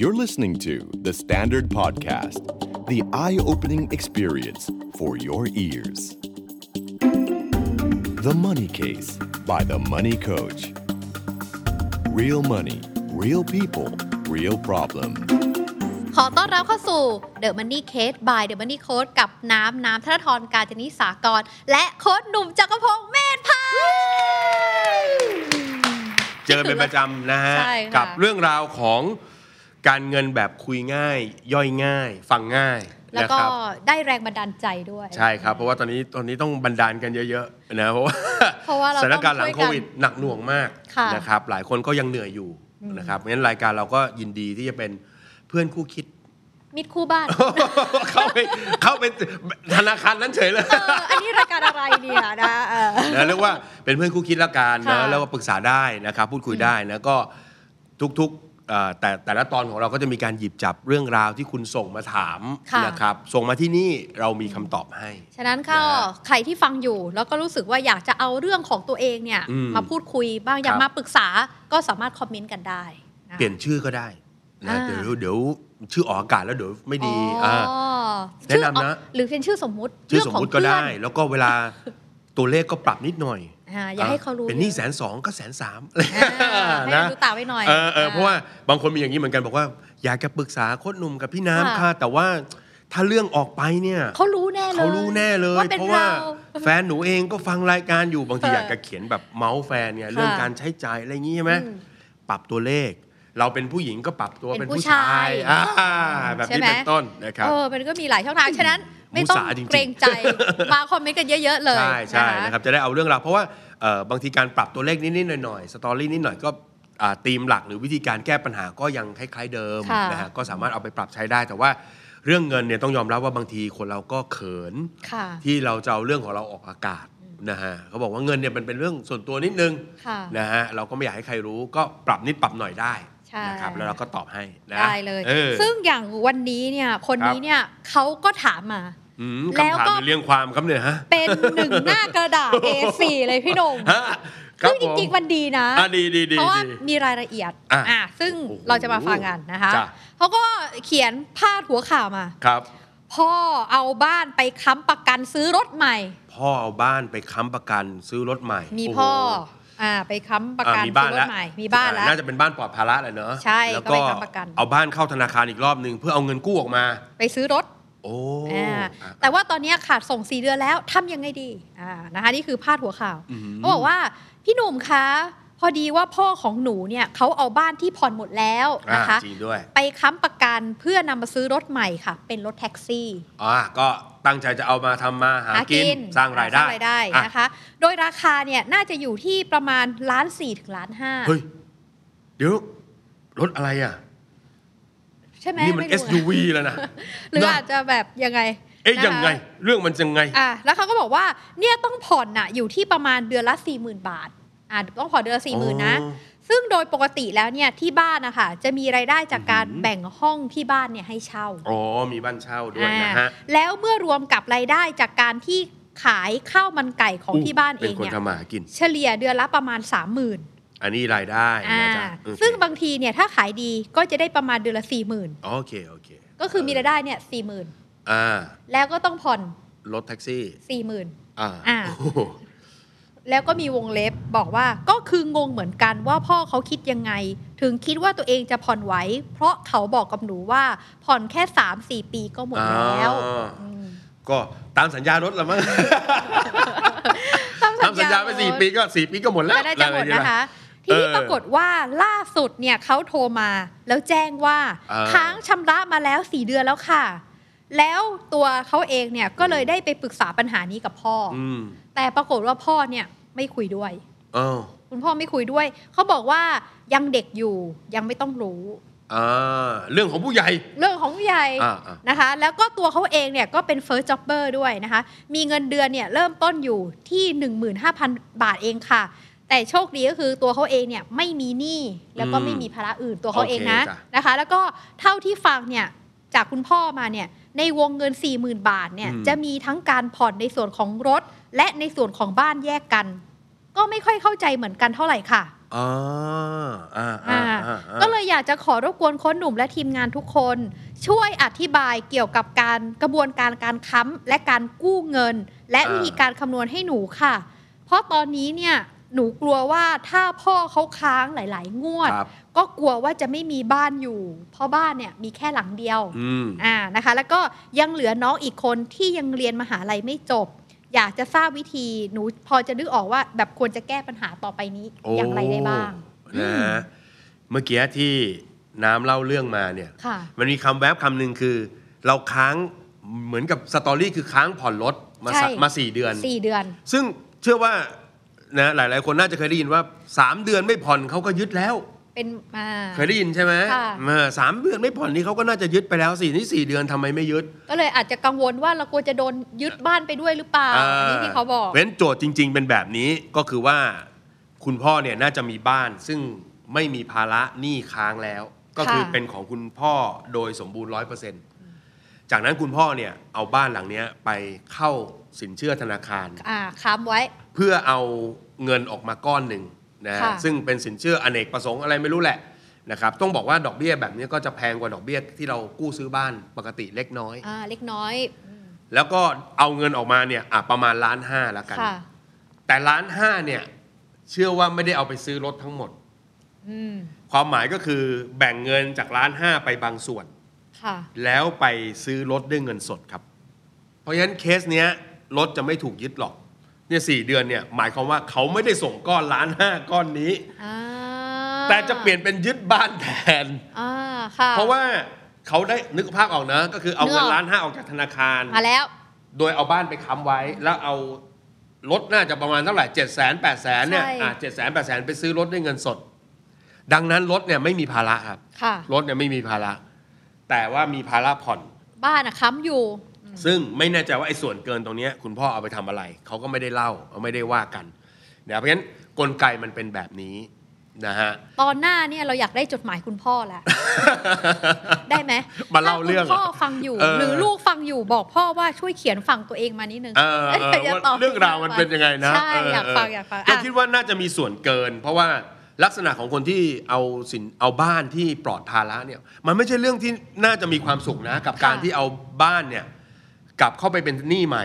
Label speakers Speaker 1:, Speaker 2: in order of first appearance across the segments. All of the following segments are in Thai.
Speaker 1: You're listening to The Standard Podcast, the eye opening experience for your ears. The Money Case by The Money Coach. Real money, real people, real problem.
Speaker 2: ขอต้อนรับเข้าสู่ The Money Case by The Money Coach กับน้ำ น้ำธนทรการจนิสากร และโค้ชหนุ่มจักรพงษ์เมธพันธ์
Speaker 3: เจอเป็นประจำนะฮะ
Speaker 2: ใช่ค่ะ
Speaker 3: กับเรื่องราวของการเงินแบบคุยง่าย ย่อยง่าย ฟังง่าย
Speaker 2: แล้ว
Speaker 3: นะ
Speaker 2: ก็
Speaker 3: ครับ
Speaker 2: ได้แรงบันดาลใจด้วย
Speaker 3: ใช่ครับ เพราะว่าตอนนี้ตอนนี้ต้องบันดาลกันเยอะๆนะเพราะว่า
Speaker 2: เพราะว่าเรา
Speaker 3: สถานการณ์หลัง
Speaker 2: ต้องช่
Speaker 3: โค
Speaker 2: วยกัน
Speaker 3: วิดหนักหน่วงมาก
Speaker 2: ค่ะ
Speaker 3: นะครับ หลายคนก็ยังเหนื่อยอยู่
Speaker 2: อืม
Speaker 3: นะครับงั้นรายการเราก็ยินดีที่จะเป็นเพื่อนคู่คิด
Speaker 2: มิดคู่บ้าน
Speaker 3: เข้าไปเข้าไปธนาคารนั้นเฉยเลย
Speaker 2: เอออันนี้รายการอะไรเนี่ยนะเออ
Speaker 3: นะเรียกว่าเป็นเพื่อนคู่คิดละกันนะ
Speaker 2: ค่ะ
Speaker 3: แล้วก็ปรึกษาได้นะครับพูดคุยได้นะก็ทุกๆเอ่อแต่แต่ละตอนของเราก็จะมีการหยิบจับเรื่องราวที่คุณส่งมาถาม
Speaker 2: ค่ะ
Speaker 3: นะครับส่งมาที่นี่เรามีคำตอบให้
Speaker 2: ฉะนั้นก็ใครที่ฟังอยู่แล้วก็รู้สึกว่าอยากจะเอาเรื่องของตัวเองเนี่ย
Speaker 3: อืม
Speaker 2: มาพูดคุยบ้างอยา
Speaker 3: ค
Speaker 2: ก
Speaker 3: รับ
Speaker 2: มาปรึกษาก็สามารถคอมเมนต์กันได้ะ
Speaker 3: เปลี่ยนชื่อก็ได้นะ
Speaker 2: อ่า
Speaker 3: เดี๋ยวเดี๋ยวชื่อออกอากาศแล้วเดี๋ยวไม่ดี
Speaker 2: อ๋อา
Speaker 3: แนะนำนะ
Speaker 2: ชื่อหรือเป็นชื่อสมมุติ
Speaker 3: ชื่อสมมุติก็
Speaker 2: เรื่
Speaker 3: ได้
Speaker 2: องของเพื่อน
Speaker 3: แล้วก็เวลาตัวเลขก็ปรับนิดหน่อย
Speaker 2: อ่าอย่าให้เขารู้
Speaker 3: เป็นหนี่แสนสองก็แสนสาม
Speaker 2: อ่าให้มันรู้ตาไว้หน่อย
Speaker 3: เออเออเพราะว่า
Speaker 2: อ่
Speaker 3: บางคนมีอย่างนี้เหมือนกันบอกว่า อยากจะปรึกษาโค้ชหนุ่มกับพี่
Speaker 2: ค่ะ
Speaker 3: น้ำค่ะ แต่ว่าถ้าเรื่องออกไปเนี่ย
Speaker 2: เขารู้แน่เลย
Speaker 3: เขารู้แน่เลย
Speaker 2: ว่าเป็น
Speaker 3: เพราะว่า
Speaker 2: เรา
Speaker 3: แฟนหนูเองก็ฟังรายการอยู่บางที
Speaker 2: ค่ะ
Speaker 3: อยากจะเขียนแบบเมาส์แฟนเนี่ยเรื่องการใช้จ่ายอะไรอย่างนี้ใช่ไหม
Speaker 2: อืม
Speaker 3: ปรับตัวเลข เราเป็นผู้หญิงก็ปรับตัว
Speaker 2: เป็
Speaker 3: เป็น น
Speaker 2: ผู้
Speaker 3: ผู้
Speaker 2: ชา
Speaker 3: ชาย ยอ่าแบบนี้
Speaker 2: ใช่ไหม
Speaker 3: เป็นต้นนะครับ
Speaker 2: เออมันก็มีหลายช่องทางฉะนั้น ไม่ต้อง
Speaker 3: มุสาจริงๆ
Speaker 2: เกรงใจมาคอมเมนต์กันเยอะ ๆ เลย
Speaker 3: ใช่ใช่นะ
Speaker 2: นะ
Speaker 3: ครับจะได้เอาเรื่องราวเพราะว่าเอ่อบางทีการปรับตัวเลขนิดๆหน่อยๆสตอรี่นิดหน่อยก็อ่าธีมหลักหรือวิธีการแก้ปัญหาก็ยังคล้ายๆเดิม
Speaker 2: ค่ะ
Speaker 3: นะฮะก็สามารถเอาไปปรับใช้ได้ แต่ว่าเรื่องเงินเนี่ยต้องยอมรับว่าบางทีคนเราก็เขิน
Speaker 2: ค่ะ
Speaker 3: ที่เราจะเอาเรื่องของเราออกอากาศนะฮะเขาบอกว่าเงินเนี่ยมันเป็นเรื่องส่วนตัวนิดนึง
Speaker 2: ค่ะ
Speaker 3: นะฮะเราก็ไม่อยากให้ใครรู้ก็ปรับนิดปรับหน่อยได้
Speaker 2: ใช่
Speaker 3: นะครับแล้วเราก็ตอบให้นะ
Speaker 2: ได้เลย
Speaker 3: ออ
Speaker 2: ซึ่งอย่างวันนี้เนี่ยคน
Speaker 3: ครับ
Speaker 2: นี้เนี่ยเขาก็ถามมา
Speaker 3: อืม
Speaker 2: แล้ว
Speaker 3: คำถาม
Speaker 2: ก็
Speaker 3: หรือเรื่องความครับเนี่ยฮะ
Speaker 2: เป็นหนึ่งหน้ากระ ดาษ A4 เลยพี่หนม
Speaker 3: ฮะครับ
Speaker 2: ซึ่งจริง
Speaker 3: ผม
Speaker 2: ๆมันดีนะ
Speaker 3: อ่ะดีดีดี
Speaker 2: เพราะว่า
Speaker 3: ดี
Speaker 2: มีรายละเอียด
Speaker 3: อ่ะ
Speaker 2: อ่ะซึ่ง
Speaker 3: โอ้โห
Speaker 2: เราจะมาฟังกันนะคะ
Speaker 3: จ้ะ
Speaker 2: เขาก็เขียนพาดหัวข่าวมา
Speaker 3: ครับ
Speaker 2: พ่อเอาบ้านไปค้ำประกันซื้อรถใหม่
Speaker 3: พ่อเอาบ้านไปค้ำประกันซื้อรถใหม่
Speaker 2: มี
Speaker 3: โโห
Speaker 2: พ่ออ่าไปค้ำประกัน
Speaker 3: อ่มี
Speaker 2: ซื้
Speaker 3: บ้า
Speaker 2: อน ร
Speaker 3: แล้
Speaker 2: ถ
Speaker 3: ว
Speaker 2: ใหม่ มีบ้านแล้ว
Speaker 3: อ่น่าจะเป็นบ้านปลอดภาระแหละเนอะ
Speaker 2: ใช่
Speaker 3: แล้ว
Speaker 2: ก็
Speaker 3: ก็
Speaker 2: ไปค้ำประกัน
Speaker 3: เอาบ้านเข้าธนาคารอีกรอบหนึ่งเพื่อเอาเงินกู้ออกมา
Speaker 2: ไปซื้อรถ
Speaker 3: โอ้
Speaker 2: อ่า
Speaker 3: อ่ะ
Speaker 2: แต่ว่าตอนเนี้ยขาดส่งสีเดือนแล้วทำยังไงดีอ่านะคะนี่คือพาดหัวข่าว
Speaker 3: อือหือ
Speaker 2: เขาบอกว่าพี่หนุ่มคะพอดีว่าพ่อของหนูเนี่ยเขาเอาบ้านที่ผ่อนหมดแล้ว
Speaker 3: อ่ะ
Speaker 2: นะคะ
Speaker 3: จริงด้วย
Speaker 2: ไปค้ำประกันเพื่อนำมาซื้อรถใหม่ค่ะ เป็นรถแท็กซี่
Speaker 3: อ่ะก็ตั้งใจจะเอามาทำมาหากินสร้างรายได้
Speaker 2: สร้างรายได้
Speaker 3: อ่ะ
Speaker 2: นะคะ โดยราคาเนี่ยน่าจะอยู่ที่ประมาณล้านสี่ถึงล้านห้า
Speaker 3: เฮ้ย เดี๋ยวรถอะไรอ่ะ
Speaker 2: ใช่ไหม
Speaker 3: นี่มัน
Speaker 2: ไรู้อะ
Speaker 3: SUV แล้ว นะ
Speaker 2: หรือ
Speaker 3: นะ
Speaker 2: อาจจะแบบยังไง
Speaker 3: เอ๊ะ
Speaker 2: นะคะ
Speaker 3: ยังไง เรื่องมันยังไง
Speaker 2: อ่ะแล้วเขาก็บอกว่าเนี่ยต้องผ่อนน่ะอยู่ที่ประมาณเดือนละ4ี่หมื่นบาทอ่ะต้องผ่อนเดือนละสี่หมื่นนะ
Speaker 3: อ๋อ
Speaker 2: ซึ่งโดยปกติแล้วเนี่ยที่บ้านนะคะจะมีรายได้จากการ
Speaker 3: อือหือ
Speaker 2: แบ่งห้องที่บ้านเนี่ยให้เช่า
Speaker 3: อ๋อมีบ้านเช่าด้วย
Speaker 2: อ่า
Speaker 3: นะฮะ
Speaker 2: แล้วเมื่อรวมกับรายได้จากการที่ขายข้าวมันไก่ของที่บ้านเอ
Speaker 3: เป็น
Speaker 2: ง
Speaker 3: คน
Speaker 2: เนี่ย
Speaker 3: ทำมาหากิน
Speaker 2: เฉลี่ยเดือนละประมาณ 30,000ื่น
Speaker 3: อันนี้รายได้
Speaker 2: อ่า
Speaker 3: นะจ๊ะโอเค
Speaker 2: ซึ่งบางทีเนี่ยถ้าขายดีก็จะได้ประมาณเดือนละสี่หมื่น
Speaker 3: โอเคโอเค
Speaker 2: ก็คือมีรายได้เนี่ยสี่หมื่น
Speaker 3: อ่า
Speaker 2: แล้วก็ต้องผ่อน
Speaker 3: รถแท็กซี่
Speaker 2: สี่หมื่น
Speaker 3: อ่า
Speaker 2: อ่า
Speaker 3: โอ้โห
Speaker 2: แล้วก็มีวงเล็บบอกว่าก็คืองงเหมือนกันว่าพ่อเขาคิดยังไง ถึงคิดว่าตัวเองจะผ่อนไหวเพราะเขาบอกกับหนูว่าผ่อนแค่สามสี่ปีก็หมดแล้ว
Speaker 3: อ่า
Speaker 2: อืม
Speaker 3: ก็ตามสัญญารถ ละมั้งตามสัญญาไปสี่ปีก็สี่ปีก็หมดแล้ว
Speaker 2: ก็ได้จะหมด
Speaker 3: แล้ว
Speaker 2: นะ
Speaker 3: ไง
Speaker 2: คะ ทีนี้
Speaker 3: เออ
Speaker 2: ปรากฏว่าล่าสุดเนี่ยเขาโทรมาแล้วแจ้งว่า
Speaker 3: เออ
Speaker 2: ค้างชำระมาแล้วสี่เดือนแล้วค่ะ แล้วตัวเขาเองเนี่ยก็เลยได้ไปปรึกษาปัญหานี้กับพ่ออ
Speaker 3: อืม
Speaker 2: แต่ปรากฏว่าพ่อเนี่ยไม่คุยด้วย
Speaker 3: เอ้าว
Speaker 2: คุณพ่อไม่คุยด้วย เขาบอกว่ายังเด็กอยู่ยังไม่ต้องรู้
Speaker 3: อ่าเรื่องของผู้ใหญ่
Speaker 2: เรื่องของผู้ใหญ่
Speaker 3: อ่าอ่า
Speaker 2: นะคะ แล้วก็ตัวเขาเองเนี่ยก็เป็น first jobber ด้วยนะคะ มีเงินเดือนเนี่ยเริ่มต้นอยู่ที่ 15,000 บาทเองค่ะ แต่โชคดีก็คือตัวเขาเองเนี่ยไม่มีหนี้แล้วก็ไม่มีภาระอื่นตัวเขาเองนะนะคะ แล้วก็เท่าที่ฟังเนี่ยจากคุณพ่อมาเนี่ยในวงเงิน 40,000 บาทเนี่ยจะมีทั้งการผ่อนในส่วนของรถ และในส่วนของบ้านแยกกัน ก็ไม่ค่อยเข้าใจเหมือนกันเท่าไหร่ค่ะ
Speaker 3: อ่าอ่าอ่า
Speaker 2: อ่า
Speaker 3: อ่าอ่า
Speaker 2: ก็เลยอยากจะขอรบกวนโค้ชหนุ่มและทีมงานทุกคน ช่วยอธิบายเกี่ยวกับการกระบวนการการค้ำและการกู้เงิน และ
Speaker 3: อ่า
Speaker 2: วิธีการคำนวณให้หนูค่ะ เพราะตอนนี้เนี่ยหนูกลัวว่าถ้าพ่อเขาค้างหลาย ๆ งวด
Speaker 3: ครับ
Speaker 2: ก็กลัวว่าจะไม่มีบ้านอยู่ เพราะบ้านเนี่ยมีแค่หลังเดียว
Speaker 3: อืม
Speaker 2: อ่านะคะ แล้วก็ยังเหลือน้องอีกคนที่ยังเรียนมหาลัยไม่จบ อยากจะทราบวิธีหนูพอจะนึกออกว่าแบบควรจะแก้ปัญหาต่อไปนี้
Speaker 3: โอ้
Speaker 2: อย่างไรได้บ้าง
Speaker 3: นะ
Speaker 2: อื
Speaker 3: ฮะ
Speaker 2: ม
Speaker 3: เมื่อกี้ที่น้ำเล่าเรื่องมาเนี่ย
Speaker 2: ค่ะ
Speaker 3: มันมีคำแวบคำหนึ่งคือ เราค้างเหมือนกับสตอรี่คือค้างผ่อนรถมาสัก
Speaker 2: ใช่
Speaker 3: มาสี่เดือน
Speaker 2: สี่เดือน
Speaker 3: ซึ่งเชื่อว่านะหลาย ๆ คนน่าจะเคยได้ยินว่าสามเดือนไม่ผ่อนเขาก็ยึดแล้ว
Speaker 2: เป็นมา
Speaker 3: เคยได้ยินใช่ไหม
Speaker 2: ค่ะ
Speaker 3: เออสามเดือนไม่ผ่อนนี่เขาก็น่าจะยึดไปแล้วสี่นี่สี่เดือนทำไมไม่ยึด
Speaker 2: ก็เลยอาจจะกังวลว่าเรากลัวจะโดนยึดบ้านไปด้วยหรือเปล่าอันนี้ที่เขาบอก
Speaker 3: เพราะฉะนั้นโจทย์จริง ๆ เป็นแบบนี้ก็คือว่า คุณพ่อเนี่ยน่าจะมีบ้านซึ่งไม่มีภาระหนี้ค้างแล้ว ก็คือ
Speaker 2: ค่ะ
Speaker 3: เป็นของคุณพ่อโดยสมบูรณ์ร้อยเปอร์เซ็นต์จากนั้นคุณพ่อเนี่ยเอาบ้านหลังเนี้ยไปเข้าสินเชื่อธนาคาร
Speaker 2: อ่าค้ำไว้
Speaker 3: เพื่อเอาเงินออกมาก้อนหนึ่งนะ
Speaker 2: ค่ะ
Speaker 3: ซึ่งเป็นสินเชื่ออเนกประสงค์อะไรไม่รู้แหละนะครับต้องบอกว่าดอกเบี้ยแบบนี้ก็จะแพงกว่าดอกเบี้ยที่เรากู้ซื้อบ้านปกติเล็กน้อย
Speaker 2: าเล็กน้อย
Speaker 3: แล้วก็เอาเงินออกมาเนี่ยอ่ะประมาณล้านห้าละกัน
Speaker 2: ค่ะ
Speaker 3: แต่ล้านห้าเนี่ยเชื่อว่าไม่ได้เอาไปซื้อรถทั้งหมด
Speaker 2: อืม
Speaker 3: ความหมายก็คือแบ่งเงินจากล้านห้าไปบางส่วน
Speaker 2: ค่ะ
Speaker 3: แล้วไปซื้อรถด้วยเงินสดครับ เพราะฉะนั้นเคสเนี้ยรถจะไม่ถูกยึดหรอกเนี่ยสเดือนเนี่ยหมายความว่าเขาไม่ได้ส่งก้อนล้านห้าก้อนนี้
Speaker 2: อ่า
Speaker 3: แต่จะเปลี่ยนเป็นยึดบ้านแทน
Speaker 2: อ่าค่ะ
Speaker 3: เพราะว่าเขาได้นึกภาพออกนะ ก็คือเอาเงิ
Speaker 2: นึกอ
Speaker 3: น
Speaker 2: อก
Speaker 3: ล้านห้าออกจากธนาคาร
Speaker 2: มาแล้ว
Speaker 3: โดยเอาบ้านไปค้ำไว้ แล้วเอารถน่าจะประมาณเท่าไหร่เจ็ดแสนแปดแสนเนี่ย
Speaker 2: ใช่
Speaker 3: เจ็ดแสนแปดแสนไปซื้อรถด้วยเงินสด ดังนั้นรถเนี่ยไม่มีภาระครับ
Speaker 2: ค่ะ
Speaker 3: รถเนี่ยไม่มีภาระ แต่ว่ามีภาระผ่อน
Speaker 2: บ้านอะค้ำอยู่
Speaker 3: ซึ่งไม่แน่ใจว่าไอ้ส่วนเกินตรงเนี้ยคุณพ่อเอาไปทำอะไร เขาก็ไม่ได้เล่าไม่ได้ว่ากันนะเพราะฉะนั้นกลไกมันเป็นแบบนี้นะฮะ
Speaker 2: ตอนหน้าเนี่ยเราอยากได้จดหมายคุณพ่อ แล้ว ได้ไหม
Speaker 3: มาเล่าเรื่อง
Speaker 2: ถ้คุณพ่อฟังอยู่
Speaker 3: เออ
Speaker 2: หรือลูกฟังอยู่บอกพ่อว่าช่วยเขียนฝั่งตัวเองมานิดนึง
Speaker 3: เออ เออ
Speaker 2: ดี๋ยวจะ
Speaker 3: ว่า
Speaker 2: ตบ
Speaker 3: เรื่องราวมันเป็นยังไงนะ
Speaker 2: ใช่
Speaker 3: เ
Speaker 2: อยากฟังอยากฟัง
Speaker 3: ก็
Speaker 2: อ่ะ
Speaker 3: คิดว่าน่าจะมีส่วนเกิน เพราะว่าลักษณะของคนที่เอาสินเอาบ้านที่ปลอดภาระเนี่ย มันไม่ใช่เรื่องที่น่าจะมีความสุขนะ กับ
Speaker 2: ค่ะ
Speaker 3: การที่เอาบ้านเนี่ยกลับเข้าไปเป็นหนี้ใหม่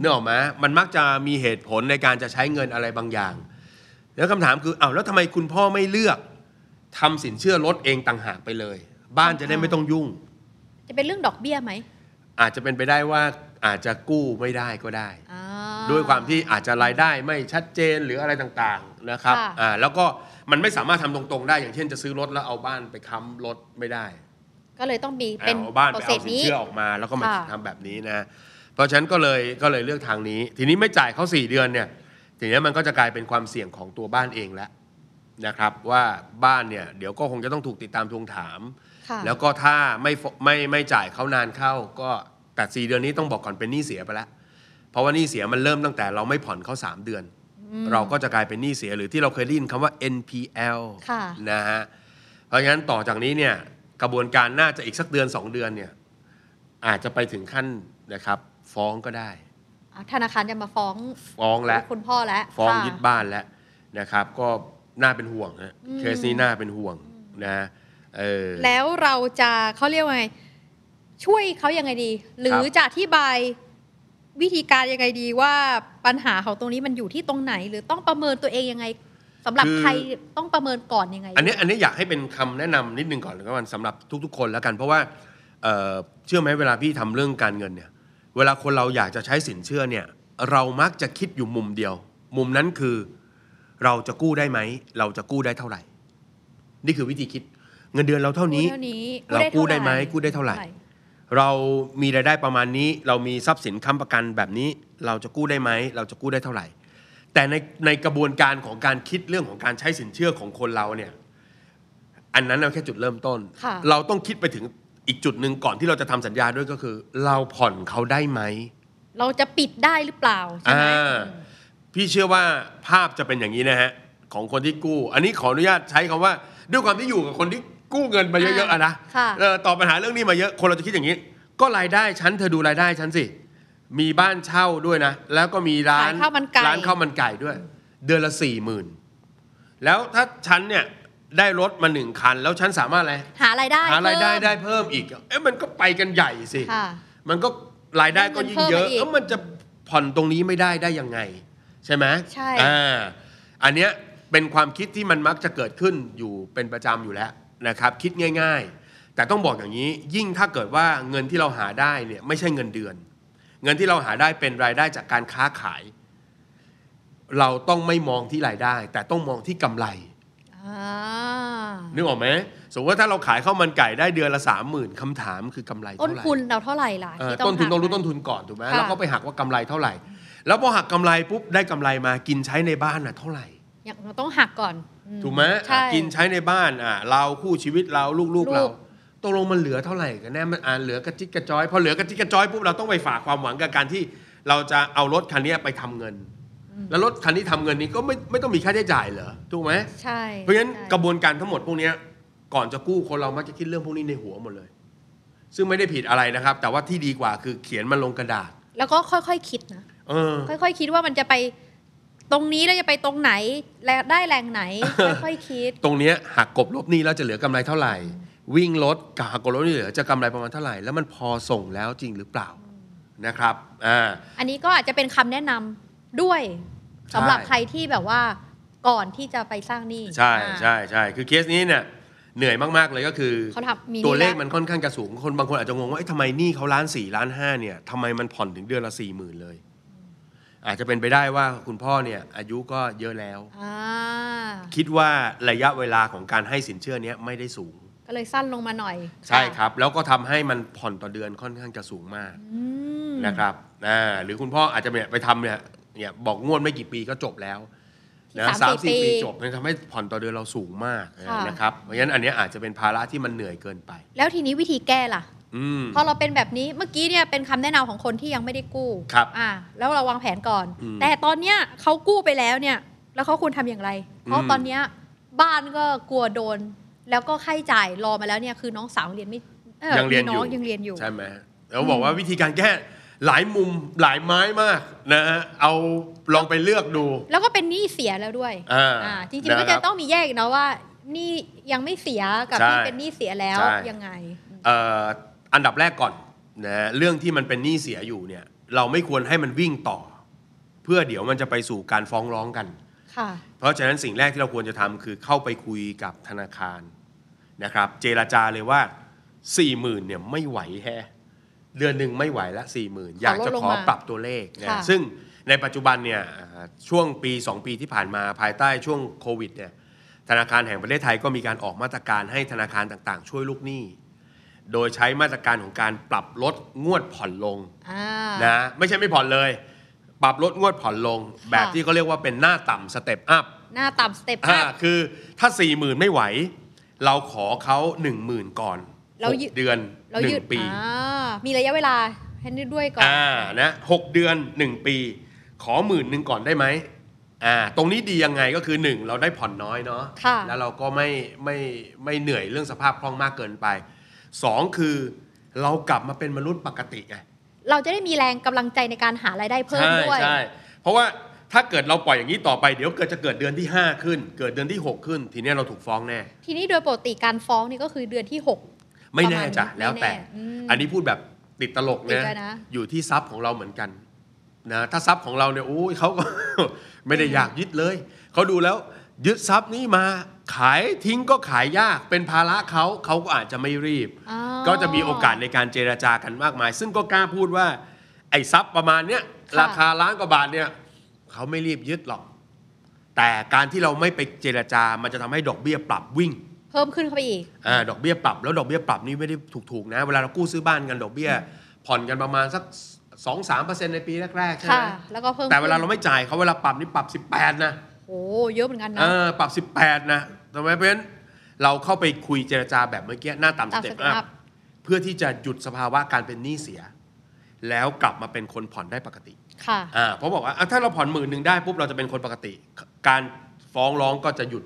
Speaker 3: เนกออกไหมมันมักจะมีเหตุผลในการจะใช้เงินอะไรบางอย่าง แล้วคำถามคืออ้าวแล้วทำไมคุณพ่อไม่เลือกทำสินเชื่อรถเองต่างหากไปเลย บ้านจะได้
Speaker 2: อ่า
Speaker 3: ไม่ต้องยุ่ง
Speaker 2: จะเป็นเรื่องดอกเบี้ยไหม
Speaker 3: อาจจะเป็นไปได้ว่าอาจจะกู้ไม่ได้ก็ได้
Speaker 2: อ่า
Speaker 3: ด้วยความที่อาจจะรายได้ไม่ชัดเจนหรืออะไรต่างๆนะครับ
Speaker 2: ค่ะ
Speaker 3: อ่าแล้วก็มันไม่สามารถทำตรงๆได้อย่างเช่นจะซื้อรถแล้วเอาบ้านไปค้ำรถไม่ได้
Speaker 2: ก็เลยต้องมีเป็น
Speaker 3: เอาบ้าน
Speaker 2: โป
Speaker 3: ไป
Speaker 2: รเซ
Speaker 3: เอา
Speaker 2: ส
Speaker 3: สิน
Speaker 2: นี้
Speaker 3: เชื่อออกมาแล้วก็มา
Speaker 2: ค่ะ
Speaker 3: ทำแบบนี้นะ เพราะฉะนั้นก็เลยก็เลยเลือกทางนี้ ทีนี้ไม่จ่ายเขา4เดือนเนี่ยทีนี้มันก็จะกลายเป็นความเสี่ยงของตัวบ้านเองแล้วนะครับ ว่าบ้านเนี่ยเดี๋ยวก็คงจะต้องถูกติดตามทวงถาม
Speaker 2: ค่ะ
Speaker 3: แล้วก็ถ้าไม่ฟไม่ไม่จ่ายเขานานเข้า ก็แต่สี่เดือนนี้ต้องบอกก่อนเป็นหนี้เสียไปแล้ว เพราะว่าหนี้เสียมันเริ่มตั้งแต่เราไม่ผ่อนเขาสามเดือน เราก็จะกลายเป็นหนี้เสียหรือที่เราเคยได้ยินคำว่า NPL
Speaker 2: ค่ะ
Speaker 3: นะฮะเพราะฉะนั้นต่อจากนี้เนี่ยกระบวนการน่าจะอีกสักเดือนสองเดือนเนี่ยอาจจะไปถึงขั้นนะครับ ฟ้องก็ได้
Speaker 2: อ่ะธนาคารจะมาฟ้อง
Speaker 3: ฟ้องแล้ว
Speaker 2: คุณพ่อแล้ว
Speaker 3: ฟ้อง
Speaker 2: ค่ะ
Speaker 3: ยึดบ้านแล้วนะครับ ก็น่าเป็นห่วงฮะ
Speaker 2: อืม
Speaker 3: เคสนี้น่าเป็นห่วงนะเออ
Speaker 2: แล้วเราจะเขาเรียกว่าไง ช่วยเขายังไงดี หรือจะอธิบายวิธีการยังไงดีว่าปัญหาของตรงนี้มันอยู่ที่ตรงไหน หรือต้องประเมินตัวเองยังไงสำหรับ
Speaker 3: คือ
Speaker 2: ใครต้องประเมินก่อนยังไง
Speaker 3: อันนี้อันนี้อยากให้เป็นคำแนะนำนิดนึงก่อนแล้วกันสำหรับทุก ๆ คนแล้วกันเพราะว่าเอ่อเชื่อไหมเวลาพี่ทำเรื่องการเงินเนี่ย เวลาคนเราอยากจะใช้สินเชื่อเนี่ย เรามักจะคิดอยู่มุมเดียว มุมนั้นคือเราจะกู้ได้ไหม เราจะกู้ได้เท่าไหร่ นี่คือวิธีคิดเงินเดือนเราเท่านี้
Speaker 2: กู้เท่านี้
Speaker 3: เรากู้ได้ไหมกู้ได้เท่าไหร่ เรามีรายได้ประมาณนี้ เรามีทรัพย์สินค้ำประกันแบบนี้ เราจะกู้ได้ไหม เราจะกู้ได้เท่าไหร่ แต่ในในกระบวนการของการคิดเรื่องของการใช้สินเชื่อของคนเราเนี่ย อันนั้นเราแค่จุดเริ่มต้น
Speaker 2: ค่ะ
Speaker 3: เราต้องคิดไปถึงอีกจุดหนึ่งก่อนที่เราจะทำสัญญาด้วยก็คือ เราผ่อนเขาได้ไหม
Speaker 2: เราจะปิดได้หรือเปล่าใช่ไหม
Speaker 3: อ่าพี่เชื่อว่าภาพจะเป็นอย่างนี้นะฮะ ของคนที่กู้ อันนี้ขออนุญาตใช้คำว่า ด้วยความที่อยู่กับคนที่กู้เงินมาเยอะๆอะนะ
Speaker 2: ค่ะ
Speaker 3: เออตอบปัญหาเรื่องนี้มาเยอะคนเราจะคิดอย่างนี้ ก็รายได้ฉันเธอดูรายได้ฉันสิ มีบ้านเช่าด้วยนะ แล้วก็มีร้าน
Speaker 2: ขายข้าวมันไก่
Speaker 3: ร้านข้าวมันไก่ด้วย เดือนละสี่หมื่น แล้วถ้าฉันเนี่ยได้รถมาหนึ่งคัน แล้วฉันสามารถอะไร
Speaker 2: หารายได้
Speaker 3: หารายได้
Speaker 2: เพิ่ม
Speaker 3: ได้เพิ่มอีก เอ๊ะมันก็ไปกันใหญ่สิ
Speaker 2: ค่ะ
Speaker 3: มันก็รายได้ก็ยิ่งเยอะ
Speaker 2: ได้เงินเพิ่มไปอีก
Speaker 3: เอ้ามันจะผ่อนตรงนี้ไม่ได้ได้ยังไง ใช่ไหม
Speaker 2: ใช่
Speaker 3: อ่าอันเนี้ยเป็นความคิดที่มันมักจะเกิดขึ้นอยู่เป็นประจำอยู่แล้วนะครับ คิดง่าย ๆ แต่ต้องบอกอย่างนี้ยิ่งถ้าเกิดว่าเงินที่เราหาได้เนี่ยไม่ใช่เงินเดือน เงินที่เราหาได้เป็นรายได้จากการค้าขาย เราต้องไม่มองที่รายได้ แต่ต้องมองที่กำไร
Speaker 2: อ่า
Speaker 3: นึกออกไหมสมมติว่าถ้าเราขายข้าวมันไก่ได้เดือนละสามหมื่นคำถามคือกำไร
Speaker 2: ต้น
Speaker 3: เท่าไหร่
Speaker 2: ทุนเราเท่าไหร่ล่ะ
Speaker 3: เอ่อ
Speaker 2: ที่
Speaker 3: ต้นทุนต้องรู้
Speaker 2: หัก
Speaker 3: ต้นทุนก่อนถูกไหม
Speaker 2: ค่ะ
Speaker 3: แล้วก็ไปหักว่ากำไรเท่าไหร่ แล้วพอหักกำไรปุ๊บได้กำไรมากินใช้ในบ้านน่ะเท่าไหร่
Speaker 2: ยังต้องหักก่อนอื
Speaker 3: ถูกไหม
Speaker 2: ใช่
Speaker 3: อ่ะกินใช้ในบ้านอ่ะเราคู่ชีวิตเราลูกๆเรา
Speaker 2: ลูก
Speaker 3: ตกลงมันเหลือเท่าไหร่กันแน่มันอ่าเหลือกระจิกกระจอยพอเหลือกระจิกกระจอยปุ๊บเราต้องไปฝากความหวังกับการที่เราจะเอารถคันเนี้ยไปทำเงิน แล้วรถคันที่ทำเงินนี้ก็ไม่ไม่ต้องมีค่าใช้จ่ายเหรอถูกไหม
Speaker 2: ใช่
Speaker 3: เพราะฉะนั้น
Speaker 2: ใช่
Speaker 3: กระบวนการทั้งหมดพวกเนี้ยก่อนจะกู้คนเรามักจะคิดเรื่องพวกนี้ในหัวหมดเลย ซึ่งไม่ได้ผิดอะไรนะครับ แต่ว่าที่ดีกว่าคือเขียนมันลงกระดาษ
Speaker 2: แล้วก็ค่อยๆคิดนะ
Speaker 3: เออ
Speaker 2: ค่อยๆคิดว่ามันจะไปตรงนี้แล้วจะไปตรงไหนและได้แรงไห น ค่อยๆคิด
Speaker 3: ตรงเนี้ยหักกบลบหนี้แล้วจะเหลือกำไรเท่าไหร่ วิ่งรถกับหักกบลบหนี้เหลือจะกำไรประมาณเท่าไหร่ แล้วมันพอส่งแล้วจริงหรือเปล่านะครับอ่า
Speaker 2: อันนี้ก็อาจจะเป็นคำแนะนำด้วยสำหรับ
Speaker 3: ใช่
Speaker 2: ใครที่แบบว่าก่อนที่จะไปสร้างหนี้
Speaker 3: ใช่
Speaker 2: อ่า
Speaker 3: ใช่ใช่คือเคสนี้เนี่ยเหนื่อยมาก ๆ เลยก็คือ
Speaker 2: เขาทำมี
Speaker 3: ตัวเลข
Speaker 2: นี่ละ
Speaker 3: มันค่อนข้างจะสูงคนบางคนอาจจะงงว่าเอ๊ะทำไมหนี้เขาล้านสี่ล้านห้าเนี่ยทำไมมันผ่อนถึงเดือนละสี่หมื่นเลย อาจจะเป็นไปได้ว่าคุณพ่อเนี่ยอายุก็เยอะแล้ว
Speaker 2: อ่า
Speaker 3: คิดว่าระยะเวลาของการให้สินเชื่อเนี้ยไม่ได้สูง
Speaker 2: ก็เลยสั้นลงมาหน่อย
Speaker 3: ใช่ครับ แล้วก็ทำให้มันผ่อนต่อเดือนค่อนข้างจะสูงมาก
Speaker 2: อืม
Speaker 3: นะครับอ่าหรือคุณพ่ออาจจะเนี่ยไปทำเนี่ยเนี่ยบอกงวดไม่กี่ปีก็จบแล้วนะ
Speaker 2: สา
Speaker 3: สาม ม
Speaker 2: สี่
Speaker 3: สี่
Speaker 2: ปี
Speaker 3: ปีจบมันทำให้ผ่อนต่อเดือนเราสูงมาก
Speaker 2: ค่ะ
Speaker 3: นะครับ เพราะฉะนั้นอันเนี้ยอาจจะเป็นภาระที่มันเหนื่อยเกินไป
Speaker 2: แล้วทีนี้วิธีแก้ล่ะ
Speaker 3: อืม
Speaker 2: พอเราเป็นแบบนี้เมื่อกี้เนี่ยเป็นคำแนะนำของคนที่ยังไม่ได้กู้
Speaker 3: ครับ
Speaker 2: อ่า แล้วเราวางแผนก่อน
Speaker 3: อืม
Speaker 2: แต่ตอนเนี้ยเขากู้ไปแล้วเนี่ย แล้วเขาควรทำอย่างไร เพ
Speaker 3: อื
Speaker 2: ราะ
Speaker 3: ม
Speaker 2: ตอนเนี้ยบ้านก็กลัวโดน แล้วก็ค่าใช้จ่ายรอมาแล้วเนี่ยคือน้องสาวเรียนไม่อ่อ
Speaker 3: ยังเรียนอยู่
Speaker 2: มีงยังเรียนอยู่
Speaker 3: ใช่ไหมแล้วบอกว่าวิธีการแก้หลายมุมหลายไม้มากนะฮะเอาลองไปเลือกดู
Speaker 2: แล้วก็เป็นหนี้เสียแล้วด้วย
Speaker 3: อ่า
Speaker 2: จริงๆก็
Speaker 3: นะครั
Speaker 2: จะ
Speaker 3: บ
Speaker 2: ต้องมีแยกเนาะว่าหนี่ยังไม่เสียกับ
Speaker 3: ใช่
Speaker 2: ที่เป็นหนี้เสียแล้ว
Speaker 3: ใช่
Speaker 2: ยังไง
Speaker 3: เอ่ออันดับแรกก่อนนะเรื่องที่มันเป็นหนี้เสียอยู่เนี่ย เราไม่ควรให้มันวิ่งต่อ เพื่อเดี๋ยวมันจะไปสู่การฟ้องร้องกัน
Speaker 2: ค่ะ
Speaker 3: เพราะฉะนั้นสิ่งแรกที่เราควรจะทำคือเข้าไปคุยกับธนาคารนะครับ เจราจาเลยว่า 4 0,000ื่นเนี่ยไม่ไหวแฮะเดือนหนึ่งไม่ไหวละ4 0,000ื่นอยากจะขอปรับตัวเลขนะ
Speaker 2: ค่ะ
Speaker 3: ซึ่งในปัจจุบันเนี่ยอ่าช่วงปี 2 ปีที่ผ่านมาภายใต้ช่วงโควิดเนี่ยธนาคารแห่งประเทศไทยก็มีการออกมาตรการให้ธนาคารต่างๆ ช่วยลูกหนี้ โดยใช้มาตรการของการปรับลดงวดผ่อนลง
Speaker 2: อ่า
Speaker 3: นะไม่ใช่ไม่ผ่อนเลย ปรับลดงวดผ่อนลง แบบที่เขาเรียกว่าเป็นหน้าต่ำสเต็ปอัพ
Speaker 2: หน้าต่ำสเต็ป
Speaker 3: อ่า
Speaker 2: ห้า
Speaker 3: คือถ้า 4 0,000 ไม่ไหว เราขอเขา 1 0,000 ก่อน
Speaker 2: เรา
Speaker 3: หก
Speaker 2: ยึด
Speaker 3: เดือน
Speaker 2: เรายืด
Speaker 3: 1 ปี
Speaker 2: อ่ามีระยะเวลาให้ด้วยก่อน
Speaker 3: อ่านะหกเดือน 1 ปี ขอหมื่นหนึ่งก่อนได้ไหมอ่าตรงนี้ดียังไงก็คือ 1 เราได้ผ่อนน้อยเนาะ
Speaker 2: ค่ะ
Speaker 3: แล้วเราก็ไม่ไม่ไม่เหนื่อยเรื่องสภาพคล่องมากเกินไป 2 คือเรากลับมาเป็นมนุษย์ปกติไง
Speaker 2: เราจะได้มีแรงกำลังใจในการหารายได้เพิ่ม
Speaker 3: ใช่
Speaker 2: ด้วย
Speaker 3: ใช่เพราะว่าถ้าเกิดเราปล่อยอย่างนี้ต่อไปเดี๋ยวเกิดจะเกิดเดือนที่ 5 ขึ้น เกิดเดือนที่ 6 ขึ้น ทีเนี้ยเราถูกฟ้องแน่
Speaker 2: ทีนี้โดยปกติการฟ้องนี่ก็คือเดือนที่ 6
Speaker 3: ไม่แน่จ้ะ
Speaker 2: ประมาณนี้
Speaker 3: แล้วแต่
Speaker 2: ไม่แน่อืม
Speaker 3: อันนี้พูดแบบติดตลก
Speaker 2: ติด
Speaker 3: นะ
Speaker 2: แล้วนะ
Speaker 3: อยู่ที่ทรัพย์ของเราเหมือนกันนะถ้าทรัพย์ของเราเนี่ยโอ้ยเขาก็ ไม่ได้อยากยึดเลย เขาดูแล้วยึดทรัพย์นี้มาขายทิ้งก็ขายยากเป็นภาระเขาเขาก็อาจจะไม่รีบ
Speaker 2: อ๋อ
Speaker 3: ก็จะมีโอกาสในการเจรจากันมากมาย ซึ่งก็กล้าพูดว่า ไอ้ทรัพย์ประมาณเนี้ย
Speaker 2: ค่ะ
Speaker 3: ราคาล้านกว่าบาทเนี่ยเขาไม่รีบยึดหรอก แต่การที่เราไม่ไปเจรจา มันจะทำให้ดอกเบี้ยปรับวิ่ง
Speaker 2: เพิ่มขึ้นเข้าไปอีก
Speaker 3: อ่าดอกเบี้ยปรับแล้วดอกเบี้ยปรับนี่ไม่ได้ถูกๆนะ เวลาเรากู้ซื้อบ้านกันดอกเบี้ย ผ่อนกันประมาณสัก2อสในปีแรกๆใช่ไห
Speaker 2: ค่ะ
Speaker 3: ม
Speaker 2: แล้วก็เพิ่ม
Speaker 3: แต่เวลาเราไม่จ่ายเขาเวลาปรับนี่ปรับ 18 นะ
Speaker 2: โอ้เยอะเหมือนกันนะ
Speaker 3: เออปรับ 18 นะทำไมเพราะฉะนั้นเราเข้าไปคุยเจรจาแบบเมื่อกี้หน้าต่ำส
Speaker 2: ตามส
Speaker 3: เต็ป
Speaker 2: เต็ป
Speaker 3: อั
Speaker 2: อั
Speaker 3: พ
Speaker 2: พ
Speaker 3: เพื่อที่จะหยุดสภาวะการเป็นหนี้เสีย แล้วกลับมาเป็นคนผ่อนได้ปกติ
Speaker 2: ค่ะ
Speaker 3: อ่าเพราะบอกว่าอ่ะถ้าเราผ่อนหมื่นหนึ่งได้ปุ๊บเราจะเป็นคนปกติ การฟ้องร้องก็จะหยุด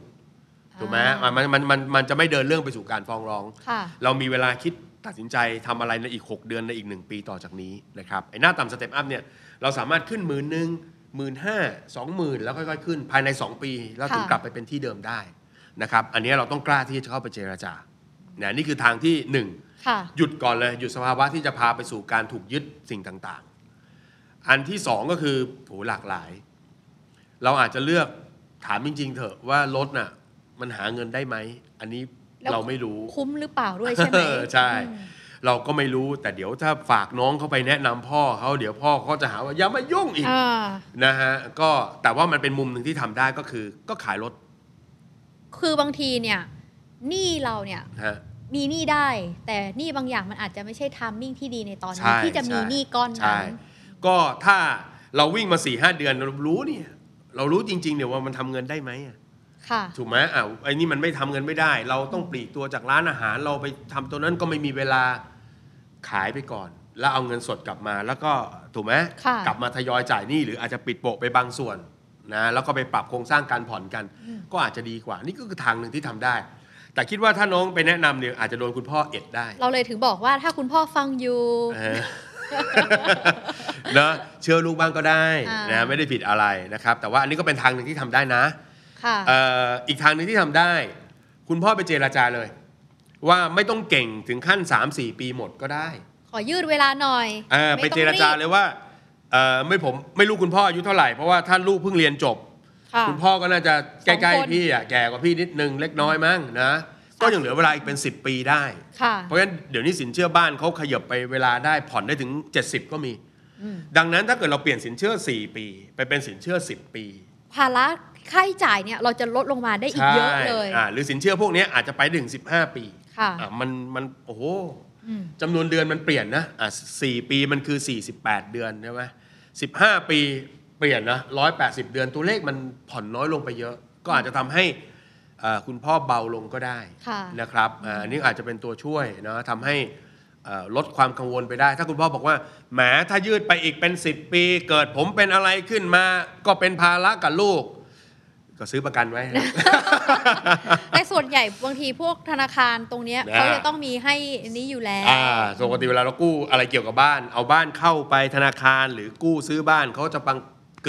Speaker 3: ถูกไหม
Speaker 2: อ่ามั
Speaker 3: มันมันมันมันจะไม่เดินเรื่องไปสู่การฟ้องร้อง
Speaker 2: ค่ะ
Speaker 3: เรามีเวลาคิดตัดสินใจทำอะไรในอีก 6 เดือนในอีก 1 ปีต่อจากนี้นะครับไอ้หน้าต่ำสเต็ปอัพเนี่ยเราสามารถขึ้นหมื่นหนึ่ง หมื่นห้าสองหมื่นแล้วค่อยๆขึ้น ภายใน 2 ปีแล้วถึง
Speaker 2: ค่ะ
Speaker 3: กลับไปเป็นที่เดิมได้นะครับ อันนี้เราต้องกล้าที่จะเข้าไปเจราจาเนี่ยนี่คือทางที่หนึ่ง
Speaker 2: ค่ะ
Speaker 3: หยุดก่อนเลย หยุดสภาวะที่จะพาไปสู่การถูกยึดสิ่งต่างๆ อันที่สองก็คือโหหลากหลาย เราอาจจะเลือกถามจริง ๆ เถอะว่ารถน่ะ มันหาเงินได้ไหม อันนี้
Speaker 2: แล้ว
Speaker 3: เราไม่รู้
Speaker 2: คุ้มหรือเปล่าด้วยใช่ไหม
Speaker 3: เออ ใช่
Speaker 2: อืม
Speaker 3: เราก็ไม่รู้แต่เดี๋ยวถ้าฝากน้องเขาไปแนะนำพ่อเขาเดี๋ยวพ่อเขาจะหาว่าอย่ามายุ่งอีก
Speaker 2: อ่า
Speaker 3: นะฮะก็แต่ว่ามันเป็นมุมหนึ่งที่ทำได้ก็คือ ก็ขายรถ
Speaker 2: คือบางทีเนี่ยหนี้เราเนี่ย
Speaker 3: นะฮะ
Speaker 2: มีหนี้ได้ แต่หนี้บางอย่างมันอาจจะไม่ใช่ทามมิ่งที่ดีในตอน
Speaker 3: ใช่
Speaker 2: นี้นที่จะมี
Speaker 3: ใช่
Speaker 2: หนี้ก้อน
Speaker 3: ใช่
Speaker 2: นั้น
Speaker 3: ก็ถ้าเราวิ่งมา4ี่หเดือนเรารู้เนี่ย เรารู้จริงๆเนี่ยว่ามันทำเงินได้ไหมอะ
Speaker 2: ค่ะ
Speaker 3: ถูกไหมอ่ะไอ้นี่มันไม่ทำเงินไม่ได้ เราต้องปลีกตัวจากร้านอาหาร เราไปทำตัวนั้นก็ไม่มีเวลาขายไปก่อน แล้วเอาเงินสดกลับมา แล้วก็ถูกไหม
Speaker 2: ค่ะ
Speaker 3: กลับมาทยอยจ่ายหนี้หรืออาจจะปิดโปะไปบางส่วนนะแล้วก็ไปปรับโครงสร้างการผ่อนกัน ก็อาจจะดีกว่า นี่ก็คือทางหนึ่งที่ทำได้ แต่คิดว่าถ้าน้องไปแนะนำเนี่ยอาจจะโดนคุณพ่อเอ็ดได้
Speaker 2: เราเลยถึงบอกว่าถ้าคุณพ่อฟังอยู่
Speaker 3: เออ เนอะเชื่อลูกบ้างก็ได้
Speaker 2: อ่าน
Speaker 3: นะไม่ได้ผิดอะไรนะครับ แต่ว่าอันนี้ก็เป็นทางหนึ่งที่ทำได้นะ
Speaker 2: ค่ะ
Speaker 3: เอ่ออีกทางหนึ่งที่ทำได้ คุณพ่อไปเจราจาเลย ว่าไม่ต้องเก่งถึงขั้น 3 4 ปีหมดก็ได้
Speaker 2: ขอยืดเวลาหน่อย
Speaker 3: เอ่อไป
Speaker 2: ม่ต้อง
Speaker 3: เจราจาเลยว่าเอ่อไม่ผมไม่รู้คุณพ่ออายุเท่าไหร่เพราะว่าถ้าลูกเพิ่งเรียนจบ
Speaker 2: ค่ะ
Speaker 3: คุณพ่อก็น่าจะ
Speaker 2: สอ
Speaker 3: ใกล้
Speaker 2: งคน
Speaker 3: ๆพี่อ่ะแก่กว่าพี่นิดนึงเล็กน้อยมั้งนะก็ยังเหลือเวลาอีกเป็น 10 ปีได้
Speaker 2: ค่ะ
Speaker 3: เพราะฉะนั้นเดี๋ยวนี้สินเชื่อบ้านเขาขยับไปเวลาได้ผ่อนได้ถึง 70 ก็มี
Speaker 2: อืม
Speaker 3: ดังนั้นถ้าเกิดเราเปลี่ยนสินเชื่อ 4 ปี ไปเป็นสินเชื่อ 10 ปี
Speaker 2: ภาระค่าใช้จ่ายเนี่ยเราจะลดลงมาได้อีกเยอะเลย
Speaker 3: ใช่อ่าหรือสินเชื่อพวกเนี้ยอาจจะไปถึง 15 ปี
Speaker 2: ค่ะ
Speaker 3: อ่ามันมันโอ้โห
Speaker 2: อืม
Speaker 3: จำนวนเดือนมันเปลี่ยนนะอ่าสี่ปีมันคือ 48 เดือนใช่ไหมสิบห้าปีเปลี่ยนนะร้อยแปดสิบเดือนตัวเลขมันผ่อนน้อยลงไปเยอะ ก็อาจจะทำให้อ่าคุณพ่อเบาลงก็ได้
Speaker 2: ค่ะ
Speaker 3: นะครับอ่าอันนี่อาจจะเป็นตัวช่วยนะทำให้เอ่อลดความกังวลไปได้ ถ้าคุณพ่อบอกว่าแหมถ้ายืดไปอีกเป็น 10 ปี เกิดผมเป็นอะไรขึ้นมา ก็เป็นภาระกับลูก ก็ซื้อประกันไว้
Speaker 2: แต่ส่วนใหญ่บางทีพวกธนาคารตรงเนี้ย
Speaker 3: นะ
Speaker 2: เขาจะต้องมีให้อันนี้อยู่แล้ว
Speaker 3: อ่าปกติเวลาเรากู้อะไรเกี่ยวกับบ้าน เอาบ้านเข้าไปธนาคารหรือกู้ซื้อบ้านเขาจะปัง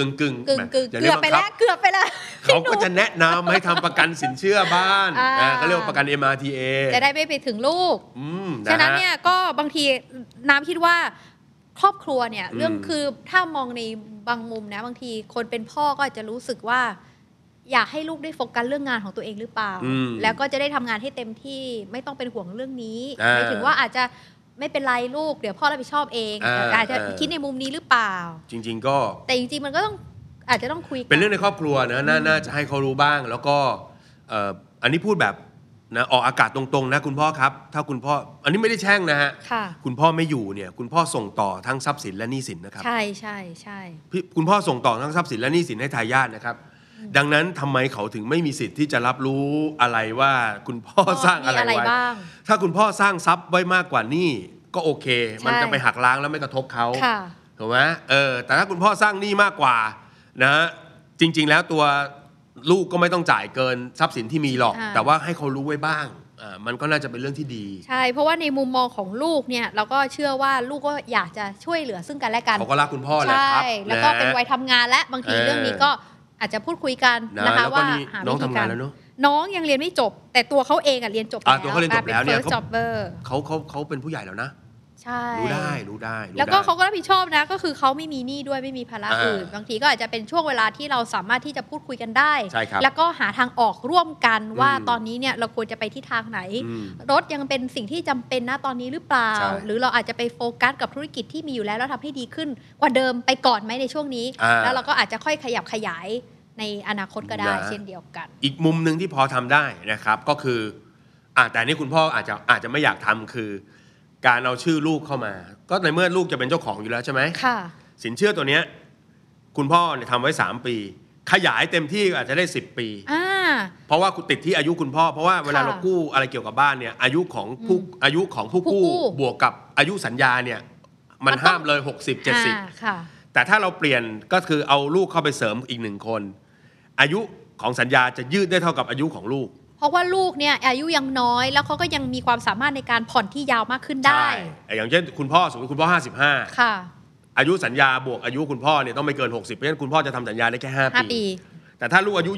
Speaker 3: กึ่งกึ่ง
Speaker 2: กึ่งกึ่ง
Speaker 3: อย่า
Speaker 2: เกื
Speaker 3: เรีย
Speaker 2: อบ
Speaker 3: ก
Speaker 2: ไป
Speaker 3: บัง
Speaker 2: แล้
Speaker 3: คั
Speaker 2: วเกื
Speaker 3: บ
Speaker 2: อบไปแล้ว
Speaker 3: เขาก็จะแนะนำให้ทำประกันสินเชื่อบ้าน
Speaker 2: อ่า
Speaker 3: อ่าก็เรียกว่าประกัน MRTA
Speaker 2: จะได้ไม่ไปถึงลูก
Speaker 3: อืม
Speaker 2: ฉะนั้น
Speaker 3: ฮ
Speaker 2: เนี่ยก็บางทีน้ำคิดว่าครอบครัวเนี่ย
Speaker 3: อืม
Speaker 2: เรื่องคือถ้ามองในบางมุมนะบางทีคนเป็นพ่อก็อาจจะรู้สึกว่า อยากให้ลูกได้โฟกัสเรื่องงานของตัวเองหรือเปล่า
Speaker 3: อืม
Speaker 2: แล้วก็จะได้ทำงานให้เต็มที่ไม่ต้องเป็นห่วงเรื่องนี้ห
Speaker 3: อ่า
Speaker 2: มายถึงว่าอาจจะไม่เป็นไรลูกเดี๋ยวพ่อรับผิดชอบเอง
Speaker 3: อ่า
Speaker 2: แต่อาจจะ
Speaker 3: อ่า
Speaker 2: คิดในมุมนี้หรือเปล่า
Speaker 3: จริง ๆ ก็
Speaker 2: แต่จริงๆมันก็ต้องอาจจะต้องคุยกั
Speaker 3: เป็นเรื่องในครอบครัวนะนาน่าจะให้เขารู้บ้าง แล้วก็เอ่ออันนี้พูดแบบนะออกอากาศตรงๆนะคุณพ่อครับ ถ้าคุณพ่ออันนี้ไม่ได้แช่งนะฮะ
Speaker 2: ค่ะ
Speaker 3: คุณพ่อไม่อยู่เนี่ยคุณพ่อส่งต่อทั้งทรัพย์สินและหนี้สินนะครับ
Speaker 2: ใช่ใช่ใช่
Speaker 3: พี่คุณพ่อส่งต่อทั้งทรัพย์สินและหนี้สินให้ทายาทนะครับ ดังนั้นทำไมเขาถึงไม่มีสิทธิ์ที่จะรับรู้อะไรว่าคุณพ่อสร้างอะไร
Speaker 2: มีอะไร
Speaker 3: ไว้
Speaker 2: บ้าง
Speaker 3: ถ้าคุณพ่อสร้างทรัพย์ไว้มากกว่าหนี้ก็โอเค มัน
Speaker 2: ใช่
Speaker 3: จะไปหักล้างแล้วไม่กระทบเขา
Speaker 2: ค่ะ
Speaker 3: ถูกไหมเออแต่ถ้าคุณพ่อสร้างหนี้มากกว่านะจริง ๆ แล้วตัวลูกก็ไม่ต้องจ่ายเกินทรัพย์สินที่มีหรอก
Speaker 2: อ่า
Speaker 3: แต่ว่าให้เขารู้ไว้บ้างอ่ามันก็น่าจะเป็นเรื่องที่ดี
Speaker 2: ใช่ เพราะว่าในมุมมองของลูกเนี่ยเราก็เชื่อว่าลูกก็อยากจะช่วยเหลือซึ่งกันและกัน
Speaker 3: เขาก็รักคุณพ่อแหละ
Speaker 2: ใช่
Speaker 3: ครับ
Speaker 2: แล้วก็
Speaker 3: ะ
Speaker 2: เป็นวัยทำงานและบางที
Speaker 3: เออ
Speaker 2: เรื่องนี้ก็อาจจะพูดคุยกัน
Speaker 3: นะ
Speaker 2: นะคะ
Speaker 3: แล้วก็
Speaker 2: ว่า
Speaker 3: นี่
Speaker 2: หา
Speaker 3: น้อง
Speaker 2: วิ
Speaker 3: ทำงาก
Speaker 2: ธีาน ร
Speaker 3: แล้วเนาะ
Speaker 2: น้องยังเรียนไม่จบ แต่ตัวเขาเองอะเรียนจบ
Speaker 3: อ่ะตัวเขาเรียนจบแล้วเนี่ย
Speaker 2: เฟิร์ส
Speaker 3: เขา
Speaker 2: จ็อบเบอร์
Speaker 3: เขาเขาเขาเป็นผู้ใหญ่แล้วนะ
Speaker 2: ใช่
Speaker 3: รู้ได้รู้ได้รู้
Speaker 2: แล้วก็
Speaker 3: ได้
Speaker 2: เขาก็รับผิดชอบนะ ก็คือเขาไม่มีหนี้ด้วยไม่มีภาระ
Speaker 3: อ่า
Speaker 2: อื่น บางทีก็อาจจะเป็นช่วงเวลาที่เราสามารถที่จะพูดคุยกันได้
Speaker 3: ใช่ครับ
Speaker 2: แล้วก็หาทางออกร่วมกันว่า
Speaker 3: อืม
Speaker 2: ตอนนี้เนี่ยเราควรจะไปที่ทางไหน
Speaker 3: อืม
Speaker 2: รถยังเป็นสิ่งที่จำเป็นนะตอนนี้หรือเปล่า
Speaker 3: ใช่
Speaker 2: หรือเราอาจจะไปโฟกัสกับธุรกิจที่มีอยู่แล้วแล้วทำให้ดีขึ้นกว่าเดิมไปก่อนไหมในช่วงนี้
Speaker 3: อ่า
Speaker 2: แล้วเราก็อาจจะค่อยขยับขยายในอนาคตก็ได้
Speaker 3: นะ
Speaker 2: เช่นเดียวกัน
Speaker 3: อีกมุมหนึ่งที่พอทำได้นะครับก็คืออ่ะแต่อันนี่คุณพ่ออาจจะอาจจะไม่อยากทำคือ การเอาชื่อลูกเข้ามา ก็ในเมื่อลูกจะเป็นเจ้าของอยู่แล้วใช่ไหม
Speaker 2: ค่ะ
Speaker 3: สินเชื่อตัวเนี้ยคุณพ่อเนี่ยทำไว้ 3 ปี ขยายเต็มที่อาจจะได้ 10 ปี
Speaker 2: อ่า
Speaker 3: เพราะว่าคุณติดที่อายุคุณพ่อ เพราะว่าเวลา
Speaker 2: ค่ะ
Speaker 3: เรากู้อะไรเกี่ยวกับบ้านเนี่ยอายุของผู้อายุของผู้
Speaker 2: ผู้
Speaker 3: กู้
Speaker 2: กู้
Speaker 3: บวกกับอายุสัญญาเนี่ยมันห้ามเลย 60 70
Speaker 2: อ่าค่ะ
Speaker 3: แต่ถ้าเราเปลี่ยนก็คือเอาลูกเข้าไปเสริมอีกหนึ่งคน อายุของสัญญาจะยืดได้เท่ากับอายุของลูก
Speaker 2: เพราะว่าลูกเนี่ยอายุยังน้อยแล้วเขาก็ยังมีความสามารถในการผ่อนที่ยาวมากขึ้นได้
Speaker 3: ใช่อย่างเช่นคุณพ่อสมมติคุณพ่อ
Speaker 2: ค่ะ
Speaker 3: 55 อายุสัญญาบวกอายุคุณพ่อเนี่ยต้องไม่เกิน 60 เพราะฉะนั้นคุณพ่อจะทำสัญญาได้แค่
Speaker 2: ห้า
Speaker 3: 5 ปี
Speaker 2: ปี
Speaker 3: แต่ถ้าลูกอายุ